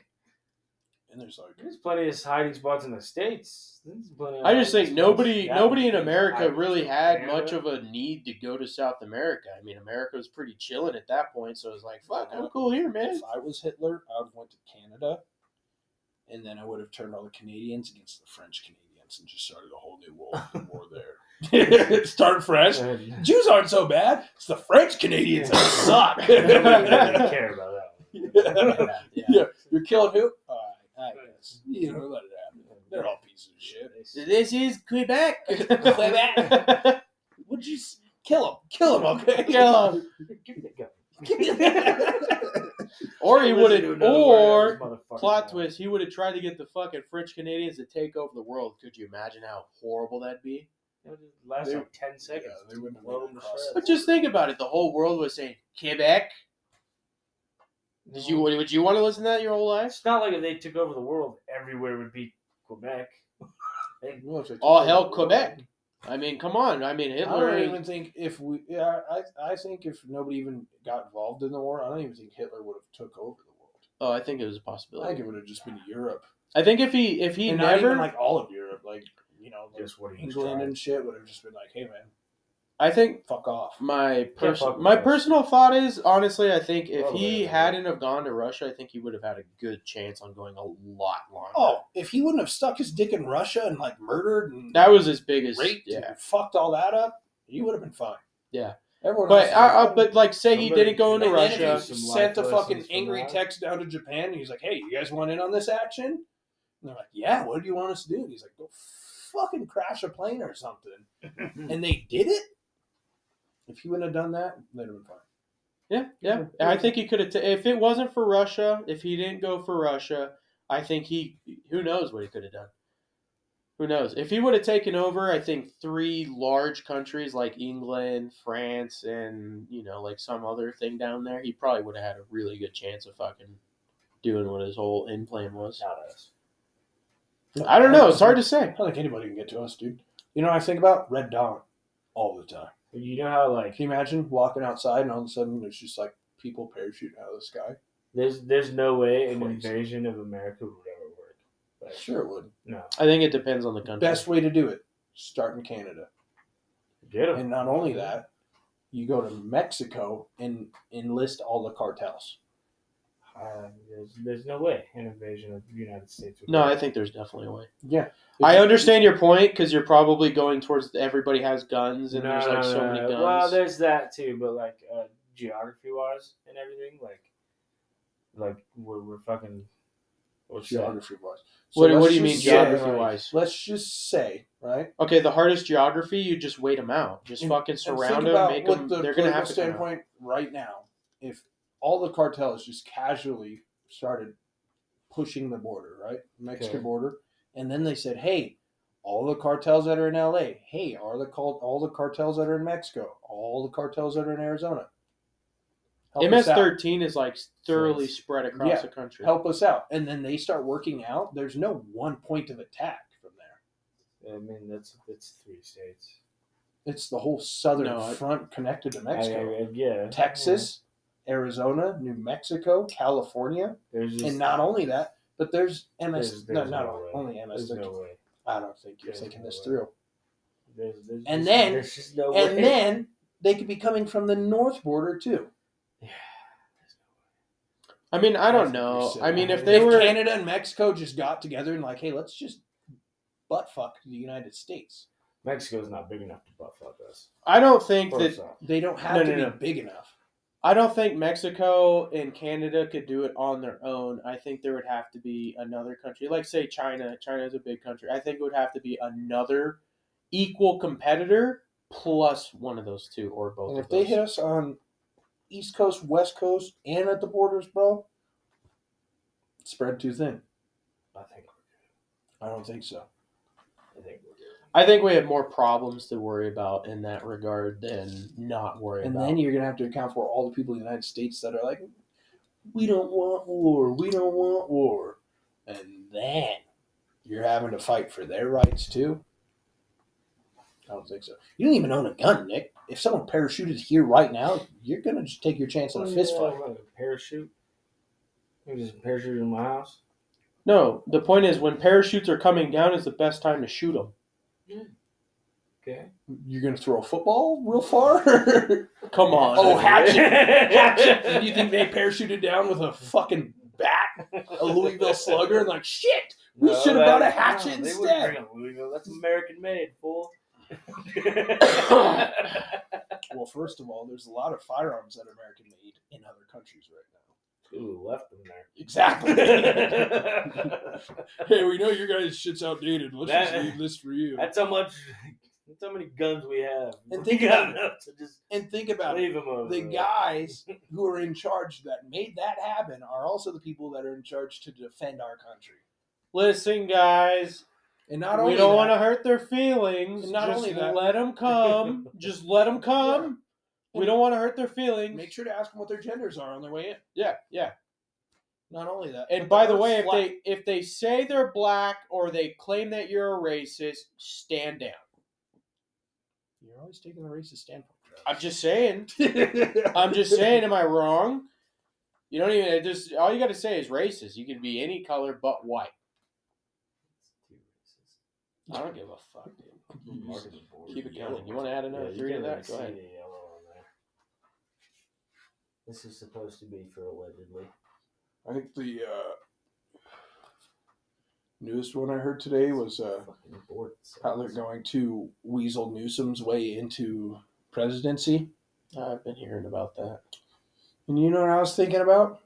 [SPEAKER 2] And there's like
[SPEAKER 3] there's plenty of hiding spots in the states. There's plenty of
[SPEAKER 4] I just
[SPEAKER 3] hiding
[SPEAKER 4] think
[SPEAKER 3] spots
[SPEAKER 4] nobody
[SPEAKER 3] that
[SPEAKER 4] nobody in
[SPEAKER 3] way.
[SPEAKER 4] America
[SPEAKER 3] Hiding
[SPEAKER 4] really
[SPEAKER 3] spots in
[SPEAKER 4] had
[SPEAKER 3] Canada.
[SPEAKER 4] much of a need to go to South America. I mean, America was pretty chilling at that point, so it was like, fuck, I'm cool here, man.
[SPEAKER 2] if I was Hitler, I would have went to Canada, and then I would have turned all the Canadians against the French Canadians and just started a whole new world war there. Start fresh.
[SPEAKER 3] I
[SPEAKER 2] Jews aren't so bad. It's the French Canadians that suck.
[SPEAKER 3] don't care about that.
[SPEAKER 2] yeah.
[SPEAKER 4] Yeah.
[SPEAKER 2] You're killing who? All right, I guess. You know, let it happen. They're all pieces of shit.
[SPEAKER 4] This is Quebec.
[SPEAKER 2] Quebec. Would you s- kill him? Kill him, okay?
[SPEAKER 4] Kill 'em.
[SPEAKER 3] Give me that gun.
[SPEAKER 4] Or he
[SPEAKER 3] Listen
[SPEAKER 4] would
[SPEAKER 3] to
[SPEAKER 4] have,
[SPEAKER 3] another word
[SPEAKER 4] or
[SPEAKER 3] out of this motherfucker's
[SPEAKER 4] plot
[SPEAKER 3] mouth.
[SPEAKER 4] twist, he would have tried to get the fucking French Canadians to take over the world. Could you imagine how horrible that'd be?
[SPEAKER 3] It would last
[SPEAKER 2] They-
[SPEAKER 3] like ten seconds.
[SPEAKER 2] they wouldn't have
[SPEAKER 3] Blow
[SPEAKER 2] made it
[SPEAKER 3] them to
[SPEAKER 2] across.
[SPEAKER 3] shreds.
[SPEAKER 4] But just think about it. The whole world was saying Quebec. Did you would you want to listen to that your whole life?
[SPEAKER 3] It's not like if they took over the world, everywhere would be Quebec.
[SPEAKER 4] All hell Quebec. I mean, come on. I mean,
[SPEAKER 2] I
[SPEAKER 4] Hitler.
[SPEAKER 2] don't even think if we. Yeah, I, I think if nobody even got involved in the war, I don't even think Hitler would have took over the world.
[SPEAKER 4] Oh, I think it was a
[SPEAKER 2] I think
[SPEAKER 4] possibility.
[SPEAKER 2] it would have just been Europe.
[SPEAKER 4] I think if he if he
[SPEAKER 2] and not
[SPEAKER 4] never,
[SPEAKER 2] even like all of Europe, like you know, like
[SPEAKER 3] Just what he was
[SPEAKER 2] England
[SPEAKER 3] trying.
[SPEAKER 2] and shit would have just been like, "Hey man,
[SPEAKER 4] I think
[SPEAKER 2] fuck
[SPEAKER 4] Mm.
[SPEAKER 2] off."
[SPEAKER 4] my
[SPEAKER 3] fuck
[SPEAKER 4] personal
[SPEAKER 3] with
[SPEAKER 4] my
[SPEAKER 3] us.
[SPEAKER 4] personal thought is honestly, I think if
[SPEAKER 3] All the
[SPEAKER 4] he
[SPEAKER 3] way.
[SPEAKER 4] hadn't have gone to Russia, I think he would have had a good chance on going a lot longer.
[SPEAKER 2] Oh, if he wouldn't have stuck his dick in Russia and like murdered and
[SPEAKER 4] that was his biggest.
[SPEAKER 2] raped
[SPEAKER 4] Yeah,
[SPEAKER 2] and fucked all that up, he would have been fine.
[SPEAKER 4] Yeah.
[SPEAKER 2] everyone.
[SPEAKER 4] but
[SPEAKER 2] else- "Oh,
[SPEAKER 4] I, I, but like say he
[SPEAKER 3] Somebody
[SPEAKER 4] didn't go
[SPEAKER 3] could-
[SPEAKER 4] into
[SPEAKER 2] And then if he
[SPEAKER 4] Russia.
[SPEAKER 3] Some
[SPEAKER 2] sent
[SPEAKER 3] life
[SPEAKER 2] a fucking
[SPEAKER 3] lessons from
[SPEAKER 2] angry
[SPEAKER 3] that.
[SPEAKER 2] text down to Japan, and he's like, "Hey, you guys want in on this action?" And they're like, "Yeah, what do you want us to do?" And he's like, "Go fucking crash a plane or something," and they did it. If he wouldn't have done that, they'd have been fine.
[SPEAKER 4] Yeah, yeah. I think he could have. T- if it wasn't for Russia, if he didn't go for Russia, I think he. Who knows what he could have done? Who knows? If he would have taken over, I think three large countries like England, France, and you know, like some other thing down there, he probably would have had a really good chance of fucking doing what his whole end plan was.
[SPEAKER 3] Not us.
[SPEAKER 4] I don't know. It's hard to say.
[SPEAKER 2] I don't think anybody can get to us, dude. You know what I think about? Red Dawn all the time.
[SPEAKER 3] But you know how like
[SPEAKER 2] Can you imagine walking outside and all of a sudden there's just like people parachuting out of the sky?
[SPEAKER 3] there's there's no way an
[SPEAKER 2] Crazy.
[SPEAKER 3] invasion of America would ever work. Like,
[SPEAKER 2] Sure it would.
[SPEAKER 3] No.
[SPEAKER 4] I think it depends on the country.
[SPEAKER 2] Best way to do it, start in Canada.
[SPEAKER 3] Get 'em.
[SPEAKER 2] And not only that, you go to Mexico and enlist all the cartels.
[SPEAKER 3] Uh, there's, there's no way an invasion of the United States would
[SPEAKER 4] No, I
[SPEAKER 3] work.
[SPEAKER 4] think there's definitely a way.
[SPEAKER 2] Yeah.
[SPEAKER 4] I understand your point because you're probably going towards the- everybody has guns and
[SPEAKER 3] No,
[SPEAKER 4] there's like
[SPEAKER 3] no,
[SPEAKER 4] so
[SPEAKER 3] no,
[SPEAKER 4] many
[SPEAKER 3] no.
[SPEAKER 4] guns.
[SPEAKER 3] Well, there's that too, but like uh, geography wise and everything, like like we're, we're fucking what's that?
[SPEAKER 2] Geography wise.
[SPEAKER 4] what, what do you mean
[SPEAKER 3] just say,
[SPEAKER 4] geography wise?
[SPEAKER 2] Let's just say, right?
[SPEAKER 4] Okay, the hardest geography, you just wait them out. Just
[SPEAKER 2] And-
[SPEAKER 4] fucking
[SPEAKER 2] And
[SPEAKER 4] surround
[SPEAKER 2] think
[SPEAKER 4] them,
[SPEAKER 2] about
[SPEAKER 4] make
[SPEAKER 2] what
[SPEAKER 4] them.
[SPEAKER 2] the
[SPEAKER 4] They're gonna
[SPEAKER 2] political
[SPEAKER 4] have to. Come out.
[SPEAKER 2] standpoint right now. If all the cartels just casually started pushing the border, right, Mexican
[SPEAKER 3] Okay.
[SPEAKER 2] border, and then they said, "Hey, all the cartels that are in L.A. Hey, are the cult, all the cartels that are in Mexico, all the cartels that are in Arizona." Help us out.
[SPEAKER 4] MS-13 is like
[SPEAKER 3] So
[SPEAKER 4] thoroughly
[SPEAKER 3] it's-
[SPEAKER 4] spread across
[SPEAKER 2] Yeah,
[SPEAKER 4] the country.
[SPEAKER 2] help us out, and then they start working out. There's no one point of attack from there.
[SPEAKER 3] I mean that's that's three states.
[SPEAKER 2] It's the whole southern
[SPEAKER 4] No, I-
[SPEAKER 2] front connected to Mexico.
[SPEAKER 3] I- I- yeah,
[SPEAKER 2] Texas, Arizona, New Mexico, California,
[SPEAKER 3] There's just,
[SPEAKER 2] and not only that, but there's MS.
[SPEAKER 3] There's-
[SPEAKER 2] no,
[SPEAKER 3] there's
[SPEAKER 2] not
[SPEAKER 3] no
[SPEAKER 2] only,
[SPEAKER 3] way.
[SPEAKER 2] only MS.
[SPEAKER 3] there's no way.
[SPEAKER 2] I don't think you're
[SPEAKER 3] There's
[SPEAKER 2] thinking
[SPEAKER 3] no
[SPEAKER 2] this
[SPEAKER 3] way.
[SPEAKER 2] through.
[SPEAKER 3] There's, there's
[SPEAKER 2] And
[SPEAKER 3] just-
[SPEAKER 2] then-
[SPEAKER 3] there's just no
[SPEAKER 2] And
[SPEAKER 3] way.
[SPEAKER 2] then they could be coming from the north border too.
[SPEAKER 4] I mean, I don't
[SPEAKER 2] That's what you're
[SPEAKER 4] know.
[SPEAKER 2] saying.
[SPEAKER 4] I mean, if
[SPEAKER 3] If
[SPEAKER 4] they were,
[SPEAKER 2] Canada and Mexico just got together and like, hey, let's just butt fuck the United States.
[SPEAKER 3] Mexico's not big enough to buff up us.
[SPEAKER 4] I don't think that
[SPEAKER 3] First off.
[SPEAKER 2] They don't have
[SPEAKER 4] No,
[SPEAKER 2] to
[SPEAKER 4] no,
[SPEAKER 2] be
[SPEAKER 4] no.
[SPEAKER 2] big enough.
[SPEAKER 4] I don't think Mexico and Canada could do it on their own. I think there would have to be another country, like say China. China is a big country. I think it would have to be another equal competitor plus one of those two or both.
[SPEAKER 2] And
[SPEAKER 4] of
[SPEAKER 2] if they
[SPEAKER 4] those.
[SPEAKER 2] hit us on East Coast, West Coast, and at the borders, bro, spread too thin.
[SPEAKER 3] I think
[SPEAKER 2] I don't think so.
[SPEAKER 3] I think we're good.
[SPEAKER 4] I think we have more problems to worry about in that regard than not worry
[SPEAKER 2] And
[SPEAKER 4] about.
[SPEAKER 2] then you're gonna have to account for all the people in the United States that are like, we don't want war, we don't want war, and then you're having to fight for their rights too. I don't think so. You don't even own a gun, Nick. If someone parachuted here right now, you're gonna just take your chance on a fist
[SPEAKER 3] Yeah,
[SPEAKER 2] fight.
[SPEAKER 3] like a parachute. You just parachute in my house.
[SPEAKER 4] no, the point is when parachutes are coming down is the best time to shoot them.
[SPEAKER 3] Okay.
[SPEAKER 2] You're gonna throw a football real far?
[SPEAKER 4] Come on.
[SPEAKER 2] Oh, hatchet.
[SPEAKER 3] hatchet.
[SPEAKER 2] you think they parachuted down with a fucking bat, a Louisville Slugger, and like shit? We should have bought a hatchet
[SPEAKER 3] they wouldn't
[SPEAKER 2] instead.
[SPEAKER 3] bring a Louisville. That's American made, fool.
[SPEAKER 2] Well, first of all, there's a lot of firearms that are American made in other countries right now.
[SPEAKER 3] Ooh, left them there.
[SPEAKER 2] Exactly. hey,
[SPEAKER 3] that's
[SPEAKER 2] we know your guys' shit's outdated. Let's
[SPEAKER 3] That-
[SPEAKER 2] just leave this for you.
[SPEAKER 3] how much. That's how many guns we have.
[SPEAKER 2] And
[SPEAKER 3] we
[SPEAKER 2] think
[SPEAKER 3] got
[SPEAKER 2] about-
[SPEAKER 3] enough to just
[SPEAKER 2] And think about it.
[SPEAKER 3] leave them over.
[SPEAKER 2] The
[SPEAKER 3] there.
[SPEAKER 2] guys who are in charge that made that happen are also the people that are in charge to defend our country.
[SPEAKER 4] Listen, guys,
[SPEAKER 2] And not
[SPEAKER 4] we
[SPEAKER 2] only
[SPEAKER 4] don't
[SPEAKER 2] that-
[SPEAKER 4] want to hurt their feelings.
[SPEAKER 2] And not
[SPEAKER 4] Just
[SPEAKER 2] only that-
[SPEAKER 4] let them come. Just let them come.
[SPEAKER 2] Yeah.
[SPEAKER 4] We don't want to hurt their feelings.
[SPEAKER 2] make sure to ask them what their genders are on their way in.
[SPEAKER 4] yeah, yeah.
[SPEAKER 2] Not only that,
[SPEAKER 4] And
[SPEAKER 2] but
[SPEAKER 4] by the
[SPEAKER 2] word
[SPEAKER 4] way, if
[SPEAKER 2] flat-
[SPEAKER 4] they if they say they're black or they claim that you're a racist, stand down.
[SPEAKER 2] you're always taking the racist standpoint. Travis.
[SPEAKER 4] I'm just saying. I'm just saying. Am I wrong? You don't even it just all you got to say is racist. You could be any color but white. I don't give a fuck, dude. Keep it going. You want to add another three to that? Go ahead.
[SPEAKER 3] This is supposed to be for allegedly.
[SPEAKER 2] I think the uh, newest one I heard today was uh,
[SPEAKER 3] Fucking bored.
[SPEAKER 2] how they're going to weasel Newsom's way into presidency.
[SPEAKER 4] I've been hearing about that.
[SPEAKER 2] And you know what I was thinking about?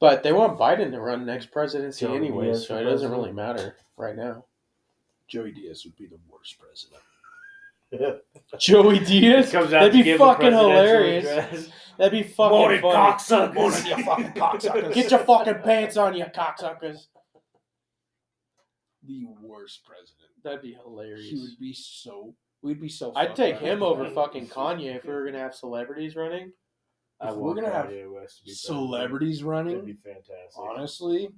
[SPEAKER 4] But they want Biden to run next presidency
[SPEAKER 3] Joe
[SPEAKER 4] anyway,
[SPEAKER 3] Diaz
[SPEAKER 4] so
[SPEAKER 3] for
[SPEAKER 4] it doesn't
[SPEAKER 3] president.
[SPEAKER 4] really matter right now.
[SPEAKER 2] Joey Diaz would be the worst president.
[SPEAKER 4] Joey Diaz?
[SPEAKER 3] Comes
[SPEAKER 4] That'd
[SPEAKER 3] to
[SPEAKER 4] be
[SPEAKER 3] give a
[SPEAKER 4] fucking
[SPEAKER 3] presidential
[SPEAKER 4] hilarious.
[SPEAKER 3] address.
[SPEAKER 4] That'd be fucking
[SPEAKER 3] Morning,
[SPEAKER 4] funny.
[SPEAKER 3] cocksuckers.
[SPEAKER 2] Morning, you fucking cocksuckers.
[SPEAKER 4] Get your fucking pants on, you cocksuckers.
[SPEAKER 2] The worst president.
[SPEAKER 4] That'd be
[SPEAKER 2] He
[SPEAKER 4] hilarious.
[SPEAKER 2] would be so. We'd be so.
[SPEAKER 4] I'd
[SPEAKER 2] fucked
[SPEAKER 4] take
[SPEAKER 2] up.
[SPEAKER 4] him over fucking Mm-hmm. Kanye if we were gonna have celebrities running.
[SPEAKER 2] If
[SPEAKER 3] I
[SPEAKER 2] we're
[SPEAKER 3] want
[SPEAKER 2] gonna have
[SPEAKER 3] Kanye West to be
[SPEAKER 2] Celebrities
[SPEAKER 3] president. That'd be
[SPEAKER 2] running.
[SPEAKER 3] fantastic.
[SPEAKER 2] Honestly,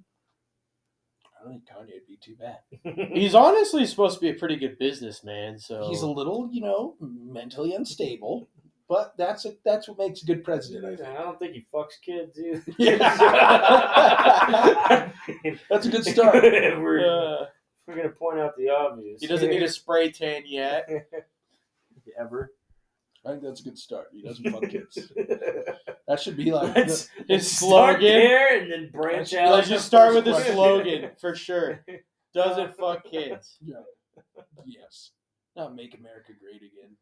[SPEAKER 2] I don't think Kanye'd be too bad.
[SPEAKER 4] He's honestly supposed to be a pretty good businessman, so
[SPEAKER 2] He's a little, you know, mentally unstable, but that's a, that's what makes a good president. I
[SPEAKER 3] Dude,
[SPEAKER 2] think.
[SPEAKER 3] I don't think he fucks kids either.
[SPEAKER 2] Yeah. That's a good start.
[SPEAKER 3] If we're,
[SPEAKER 4] Uh,
[SPEAKER 3] if we're gonna point out the obvious.
[SPEAKER 4] he doesn't need a spray tan yet.
[SPEAKER 3] ever.
[SPEAKER 2] I think that's a good start. He doesn't fuck kids. That should be like
[SPEAKER 3] Let's
[SPEAKER 4] His
[SPEAKER 3] start
[SPEAKER 4] slogan.
[SPEAKER 3] there and then branch out.
[SPEAKER 4] Let's
[SPEAKER 2] the
[SPEAKER 4] just start with the
[SPEAKER 2] first
[SPEAKER 4] slogan for sure. Doesn't fuck kids.
[SPEAKER 2] the- yes, not make America great again.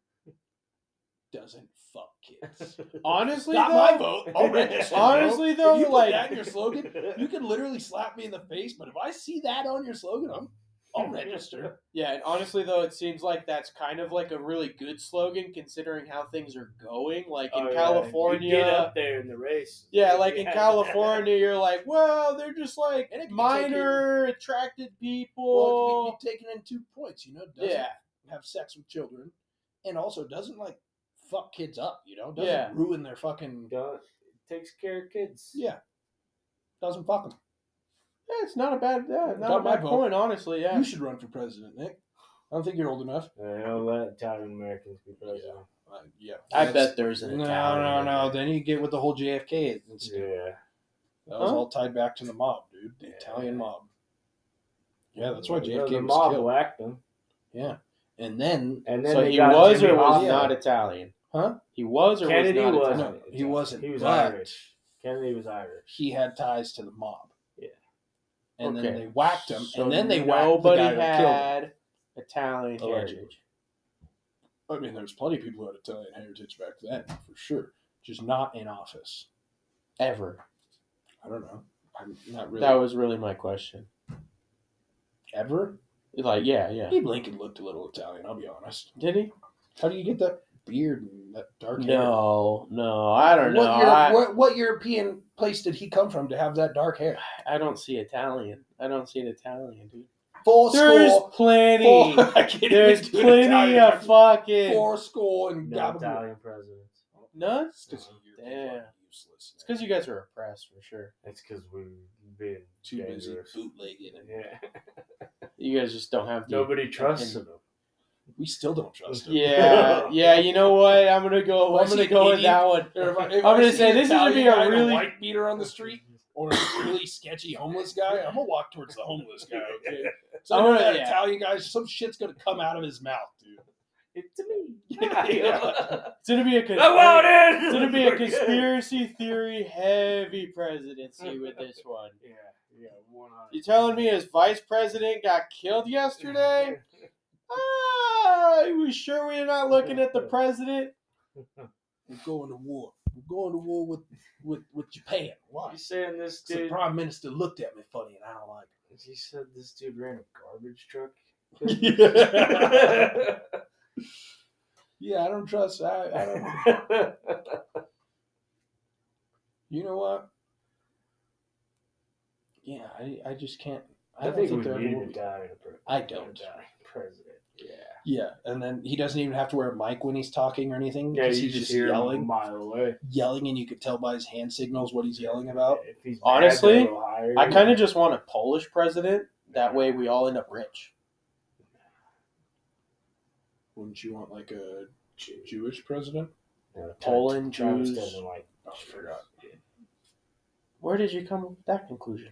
[SPEAKER 2] Doesn't fuck kids.
[SPEAKER 4] Honestly,
[SPEAKER 2] not
[SPEAKER 4] though,
[SPEAKER 2] my vote. I'll register.
[SPEAKER 4] honestly though,
[SPEAKER 2] if you put
[SPEAKER 4] like
[SPEAKER 2] that in your slogan, you can literally slap me in the face. But if I see that on your slogan, I'm, I'll register.
[SPEAKER 4] Yeah, and honestly though, it seems like that's kind of like a really good slogan considering how things are going. Like in
[SPEAKER 3] Oh, yeah.
[SPEAKER 4] California,
[SPEAKER 3] You get up there in the race.
[SPEAKER 4] Yeah, like in California, you're like, well, they're just like
[SPEAKER 2] And it can be
[SPEAKER 4] minor attracted
[SPEAKER 2] Well,
[SPEAKER 4] people.
[SPEAKER 2] it can be taken in two points. You know, doesn't
[SPEAKER 4] yeah,
[SPEAKER 2] have sex with children, and also doesn't like fuck kids up. You know, doesn't
[SPEAKER 4] Yeah.
[SPEAKER 2] ruin their fucking
[SPEAKER 3] Don't- it takes care of kids.
[SPEAKER 2] yeah. Doesn't fuck them.
[SPEAKER 4] yeah, it's not a bad, yeah, not
[SPEAKER 2] Got
[SPEAKER 4] a
[SPEAKER 2] my
[SPEAKER 4] bad
[SPEAKER 2] vote.
[SPEAKER 4] point, honestly. Yeah,
[SPEAKER 2] You should run for president, Nick. I don't think you're old enough.
[SPEAKER 3] I don't let Italian Americans be president.
[SPEAKER 2] Uh, yeah,
[SPEAKER 4] I
[SPEAKER 2] that's-
[SPEAKER 4] bet there's
[SPEAKER 2] No,
[SPEAKER 4] an Italian.
[SPEAKER 2] no, no. Then you get with the whole JFK. incident.
[SPEAKER 3] Yeah.
[SPEAKER 2] That was
[SPEAKER 4] Huh?
[SPEAKER 2] all tied back to the mob, dude. The
[SPEAKER 3] Yeah.
[SPEAKER 2] Italian mob. Yeah, that's why
[SPEAKER 3] The-
[SPEAKER 2] JFK
[SPEAKER 3] the
[SPEAKER 2] was
[SPEAKER 3] mob
[SPEAKER 2] killed.
[SPEAKER 3] whacked him.
[SPEAKER 2] Yeah, and then
[SPEAKER 3] And then
[SPEAKER 4] So
[SPEAKER 3] they
[SPEAKER 4] he
[SPEAKER 3] got
[SPEAKER 4] was
[SPEAKER 3] Jimmy
[SPEAKER 4] or was
[SPEAKER 3] Hoffa.
[SPEAKER 4] not Italian,
[SPEAKER 2] Huh?
[SPEAKER 4] He was or
[SPEAKER 3] Kennedy
[SPEAKER 4] was not.
[SPEAKER 3] was.
[SPEAKER 4] Italian.
[SPEAKER 2] no, he wasn't.
[SPEAKER 3] He was
[SPEAKER 2] but
[SPEAKER 3] Irish. Kennedy was Irish.
[SPEAKER 2] He had ties to the mob.
[SPEAKER 3] Yeah.
[SPEAKER 2] And then
[SPEAKER 4] Okay.
[SPEAKER 2] they whacked him,
[SPEAKER 4] So
[SPEAKER 2] and then they whacked the
[SPEAKER 4] nobody
[SPEAKER 2] guy who killed him.
[SPEAKER 4] had Italian
[SPEAKER 2] Allegedly.
[SPEAKER 4] heritage.
[SPEAKER 2] I mean, there's plenty of people who had Italian heritage back then, for sure. Just not in office.
[SPEAKER 4] ever.
[SPEAKER 2] I don't know. I'm not really
[SPEAKER 4] That was really my question.
[SPEAKER 2] ever.
[SPEAKER 4] Like, yeah, yeah.
[SPEAKER 2] Abe Lincoln looked a little Italian. I'll be honest.
[SPEAKER 4] Did he?
[SPEAKER 2] How do you get that beard and that dark hair?
[SPEAKER 4] No, no, I don't know.
[SPEAKER 2] What, Euro-
[SPEAKER 4] I-
[SPEAKER 2] what, what European place did he come from to have that dark hair?
[SPEAKER 4] I don't see Italian. I don't see an Italian, dude.
[SPEAKER 2] full
[SPEAKER 4] There's
[SPEAKER 2] school.
[SPEAKER 4] plenty.
[SPEAKER 2] Full, I can't even
[SPEAKER 4] There's
[SPEAKER 2] do an
[SPEAKER 4] plenty
[SPEAKER 2] Italian
[SPEAKER 4] of
[SPEAKER 2] accent.
[SPEAKER 4] fucking
[SPEAKER 2] Four school and
[SPEAKER 3] No
[SPEAKER 2] gobbledygook.
[SPEAKER 3] Italian presidents.
[SPEAKER 4] nuts.
[SPEAKER 2] It's 'cause you're
[SPEAKER 4] Damn.
[SPEAKER 2] fucking useless.
[SPEAKER 4] It's because you guys are oppressed for sure.
[SPEAKER 3] That's because we're being
[SPEAKER 2] too busy
[SPEAKER 3] dangerous.
[SPEAKER 2] bootlegging it.
[SPEAKER 3] Yeah.
[SPEAKER 4] You guys just don't have the
[SPEAKER 3] Nobody trusts them.
[SPEAKER 2] We still don't trust him.
[SPEAKER 4] Yeah, yeah. You know what? I'm gonna go.
[SPEAKER 2] Why
[SPEAKER 4] I'm
[SPEAKER 2] is
[SPEAKER 4] gonna
[SPEAKER 2] he
[SPEAKER 4] go with
[SPEAKER 2] idiot?
[SPEAKER 4] that one.
[SPEAKER 2] Or if I,
[SPEAKER 4] I'm gonna say this is gonna be a really-
[SPEAKER 2] white beater on the street or a really sketchy homeless guy. I'm gonna walk towards the homeless guy. Okay, so I
[SPEAKER 4] I'm
[SPEAKER 2] know
[SPEAKER 4] gonna-
[SPEAKER 2] that
[SPEAKER 4] yeah.
[SPEAKER 2] Italian guy. Some shit's gonna come out of his mouth, dude.
[SPEAKER 3] It's me.
[SPEAKER 2] Yeah.
[SPEAKER 4] It's gonna be a.
[SPEAKER 3] I want
[SPEAKER 4] Conspiracy,
[SPEAKER 3] it.
[SPEAKER 4] it's gonna be a conspiracy theory heavy presidency with this one.
[SPEAKER 3] Yeah, yeah, one hundred.
[SPEAKER 4] You telling me his vice president got killed yesterday? Ah, are we sure we're not looking at the president?
[SPEAKER 2] We're going to war. We're going to war with with with Japan. Why?
[SPEAKER 3] You saying this
[SPEAKER 2] 'Cause The
[SPEAKER 3] dude?
[SPEAKER 2] prime minister looked at me funny, and I don't like it.
[SPEAKER 3] He said this dude ran a garbage truck.
[SPEAKER 2] Yeah. Yeah, I don't trust. I, I don't. You know what? Yeah, I, I just can't. I,
[SPEAKER 3] I
[SPEAKER 2] don't
[SPEAKER 3] think we
[SPEAKER 2] there
[SPEAKER 3] need
[SPEAKER 2] ever will
[SPEAKER 3] an
[SPEAKER 2] be.
[SPEAKER 3] Italian pre-
[SPEAKER 2] I don't.
[SPEAKER 3] Italian president. Yeah,
[SPEAKER 2] Yeah, and then he doesn't even have to wear a mic when he's talking or anything. because
[SPEAKER 3] you
[SPEAKER 2] he's just
[SPEAKER 3] hear him a
[SPEAKER 2] yelling,
[SPEAKER 3] mile away.
[SPEAKER 2] yelling, and you could tell by his hand signals what he's yelling about.
[SPEAKER 3] If he's
[SPEAKER 4] Oh, Honestly,
[SPEAKER 3] mad,
[SPEAKER 4] I kind of just want a Polish president. That way, we all end up rich.
[SPEAKER 2] Wouldn't you want like a J- Jewish president?
[SPEAKER 4] Poland,
[SPEAKER 3] Travis
[SPEAKER 4] Jews.
[SPEAKER 3] doesn't like.
[SPEAKER 2] Oh, I forgot
[SPEAKER 4] Where did you come up with that conclusion?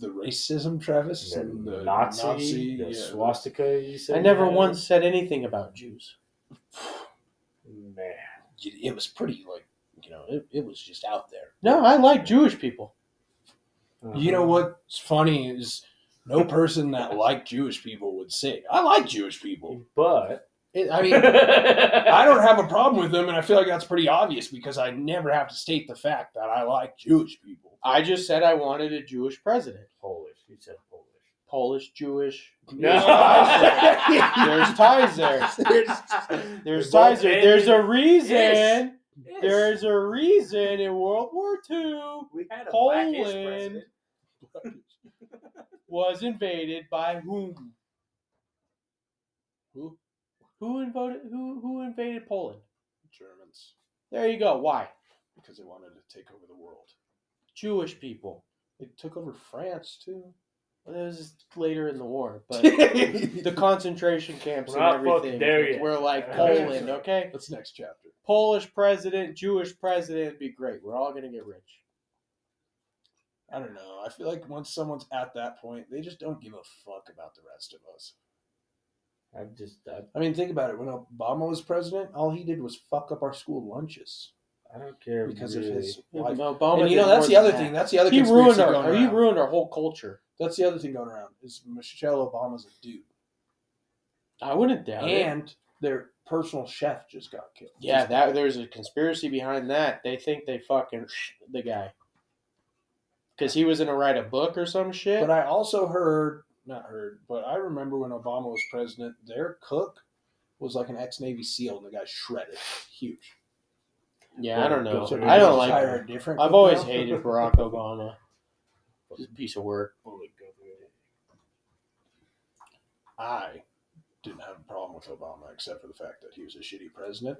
[SPEAKER 2] the racism, Travis,
[SPEAKER 3] The
[SPEAKER 2] and the
[SPEAKER 3] Nazi,
[SPEAKER 2] Nazi,
[SPEAKER 3] the
[SPEAKER 2] yeah.
[SPEAKER 3] swastika. You said
[SPEAKER 4] I never
[SPEAKER 3] yeah.
[SPEAKER 4] once said anything about Jews.
[SPEAKER 3] Man,
[SPEAKER 2] It it was pretty like you know it, it was just out there.
[SPEAKER 4] No, I like Jewish people.
[SPEAKER 2] You know what's funny is no person that liked Jewish people would say, I like Jewish people.
[SPEAKER 3] Uh-huh. But
[SPEAKER 2] It, I mean, I
[SPEAKER 3] I
[SPEAKER 2] don't have a problem with them, and I feel like that's pretty obvious because I never have to state the fact that I like Jewish people.
[SPEAKER 4] I just said I wanted a Jewish president.
[SPEAKER 3] Polish. You said Polish.
[SPEAKER 4] Polish, Jewish.
[SPEAKER 3] No.
[SPEAKER 4] There's ties there. There's ties there. There's
[SPEAKER 3] They're both
[SPEAKER 4] ties there. There's a reason.
[SPEAKER 3] Yes.
[SPEAKER 4] There's a reason in World War II
[SPEAKER 3] we had a
[SPEAKER 4] Poland.
[SPEAKER 3] blackish president.
[SPEAKER 4] was invaded by whom?
[SPEAKER 2] Who?
[SPEAKER 4] Who invaded? Who who invaded Poland?
[SPEAKER 2] Germans,
[SPEAKER 4] There you go. Why?
[SPEAKER 2] because they wanted to take over the world.
[SPEAKER 4] Jewish people.
[SPEAKER 2] They took over France, too.
[SPEAKER 4] Well, that was later in the war, but
[SPEAKER 2] That's
[SPEAKER 4] the concentration camps
[SPEAKER 3] We're
[SPEAKER 4] and
[SPEAKER 3] not fucking
[SPEAKER 4] everything
[SPEAKER 3] there yet.
[SPEAKER 4] were like
[SPEAKER 3] Yeah.
[SPEAKER 4] Poland. Okay,
[SPEAKER 2] next chapter.
[SPEAKER 4] Polish president, Jewish president, be great. We're all gonna get rich.
[SPEAKER 2] I don't know. I feel like once someone's at that point, they just don't give a fuck about the rest of us.
[SPEAKER 3] I just I,
[SPEAKER 2] I mean, think about it. When Obama was president, all he did was fuck up our school lunches
[SPEAKER 3] I don't care
[SPEAKER 2] because
[SPEAKER 3] really.
[SPEAKER 2] of his
[SPEAKER 4] Obama
[SPEAKER 2] wife.
[SPEAKER 4] did
[SPEAKER 2] and you know,
[SPEAKER 4] more
[SPEAKER 2] that's the
[SPEAKER 4] than
[SPEAKER 2] other
[SPEAKER 4] that.
[SPEAKER 2] thing. That's the other
[SPEAKER 4] he
[SPEAKER 2] conspiracy
[SPEAKER 4] ruined
[SPEAKER 2] going
[SPEAKER 4] our he
[SPEAKER 2] around.
[SPEAKER 4] ruined our whole culture.
[SPEAKER 2] That's the other thing going around is Michelle Obama's a dude,
[SPEAKER 4] I wouldn't doubt it.
[SPEAKER 2] and their personal chef just got killed.
[SPEAKER 4] Yeah, that there's a conspiracy behind that. They think they fucking the guy because he was gonna write a book or some shit.
[SPEAKER 2] But I also heard, not heard, but I remember when Obama was president, their cook was like an ex Navy SEAL, and the guy shredded, huge.
[SPEAKER 4] yeah, I don't know.
[SPEAKER 2] So
[SPEAKER 3] So
[SPEAKER 2] did
[SPEAKER 4] I
[SPEAKER 2] they
[SPEAKER 4] don't
[SPEAKER 2] just
[SPEAKER 4] like.
[SPEAKER 2] hire a
[SPEAKER 4] Him.
[SPEAKER 2] different.
[SPEAKER 4] I've
[SPEAKER 2] cook
[SPEAKER 4] always
[SPEAKER 2] now?
[SPEAKER 4] hated Barack Obama. He's a piece of work.
[SPEAKER 3] Holy government.
[SPEAKER 2] I didn't have a problem with Obama except for the fact that he was a shitty president.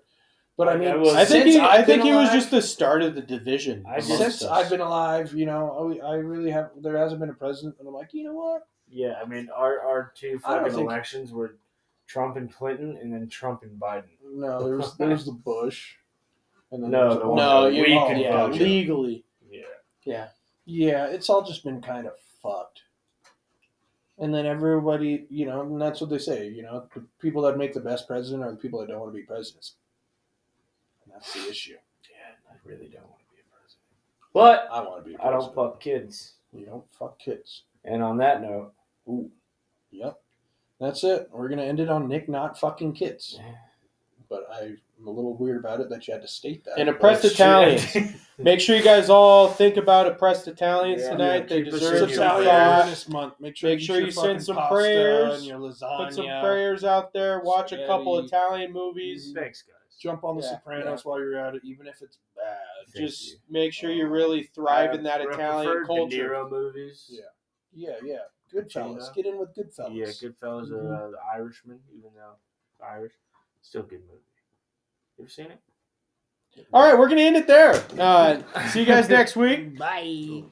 [SPEAKER 2] But I mean,
[SPEAKER 3] I was-
[SPEAKER 4] I think
[SPEAKER 2] since
[SPEAKER 4] he, I
[SPEAKER 2] I've
[SPEAKER 4] think
[SPEAKER 2] been
[SPEAKER 4] he was
[SPEAKER 2] alive-
[SPEAKER 4] just the start of the division.
[SPEAKER 3] I just-
[SPEAKER 4] amongst
[SPEAKER 2] since
[SPEAKER 4] us.
[SPEAKER 2] I've been alive, you know, I I really have. There hasn't been a president, and I'm like, you know what?
[SPEAKER 3] Yeah, I mean our our two
[SPEAKER 2] I don't
[SPEAKER 3] fucking
[SPEAKER 2] think-
[SPEAKER 3] elections were Trump and Clinton, and then Trump and Biden.
[SPEAKER 2] No, there was there was the Bush, and then
[SPEAKER 3] No,
[SPEAKER 2] there was
[SPEAKER 3] the
[SPEAKER 2] Obama.
[SPEAKER 3] one
[SPEAKER 4] no,
[SPEAKER 3] that
[SPEAKER 4] you
[SPEAKER 3] we
[SPEAKER 4] oh,
[SPEAKER 3] can
[SPEAKER 4] yeah,
[SPEAKER 3] vote.
[SPEAKER 4] legally.
[SPEAKER 3] Yeah,
[SPEAKER 2] yeah, it's all just been kind of fucked. And then everybody, you know, and that's what they say. You know, the people that make the best president are the people that don't want to be presidents. And that's the issue.
[SPEAKER 3] yeah, I really don't want to be a president, but
[SPEAKER 2] I want to be. A
[SPEAKER 3] I
[SPEAKER 2] president.
[SPEAKER 3] don't fuck kids.
[SPEAKER 2] You don't fuck kids.
[SPEAKER 3] And on that note,
[SPEAKER 2] Yep. That's it. We're gonna end it on Nick not fucking kids. But I'm a little weird about it that you had to state that.
[SPEAKER 4] And
[SPEAKER 2] But
[SPEAKER 4] oppressed
[SPEAKER 2] it's true.
[SPEAKER 4] Italians. Make sure you guys all think about oppressed Italians
[SPEAKER 3] Yeah.
[SPEAKER 4] tonight.
[SPEAKER 2] Yeah,
[SPEAKER 4] they
[SPEAKER 2] keep us
[SPEAKER 4] deserve
[SPEAKER 2] in
[SPEAKER 4] some
[SPEAKER 2] your
[SPEAKER 3] Italian.
[SPEAKER 4] thought.
[SPEAKER 2] prayers this month. Make sure,
[SPEAKER 4] Make
[SPEAKER 2] you,
[SPEAKER 4] sure
[SPEAKER 2] eat your
[SPEAKER 4] you send
[SPEAKER 2] fucking
[SPEAKER 4] some
[SPEAKER 2] pasta
[SPEAKER 4] prayers.
[SPEAKER 2] and your
[SPEAKER 4] Put some
[SPEAKER 2] lasagna.
[SPEAKER 4] prayers out there. Watch a couple
[SPEAKER 2] Spaghetti.
[SPEAKER 4] Italian movies.
[SPEAKER 3] thanks, guys.
[SPEAKER 2] Jump on The
[SPEAKER 4] Yeah,
[SPEAKER 2] Sopranos while you're at it, even if it's bad.
[SPEAKER 3] Thank
[SPEAKER 4] Just
[SPEAKER 3] you.
[SPEAKER 4] make sure you really thrive in that
[SPEAKER 3] I- I
[SPEAKER 4] Italian
[SPEAKER 3] preferred
[SPEAKER 4] culture.
[SPEAKER 3] De Niro movies.
[SPEAKER 2] Yeah. Yeah, yeah. Goodfellas.
[SPEAKER 3] Pacino.
[SPEAKER 2] Get in with Goodfellas.
[SPEAKER 3] Yeah, Goodfellas,
[SPEAKER 2] Mhm.
[SPEAKER 3] uh, The Irishman, even though it's Irish, still a good movie. You ever seen it?
[SPEAKER 4] All right, we're gonna end it there. Uh, see you guys next week.
[SPEAKER 2] Bye.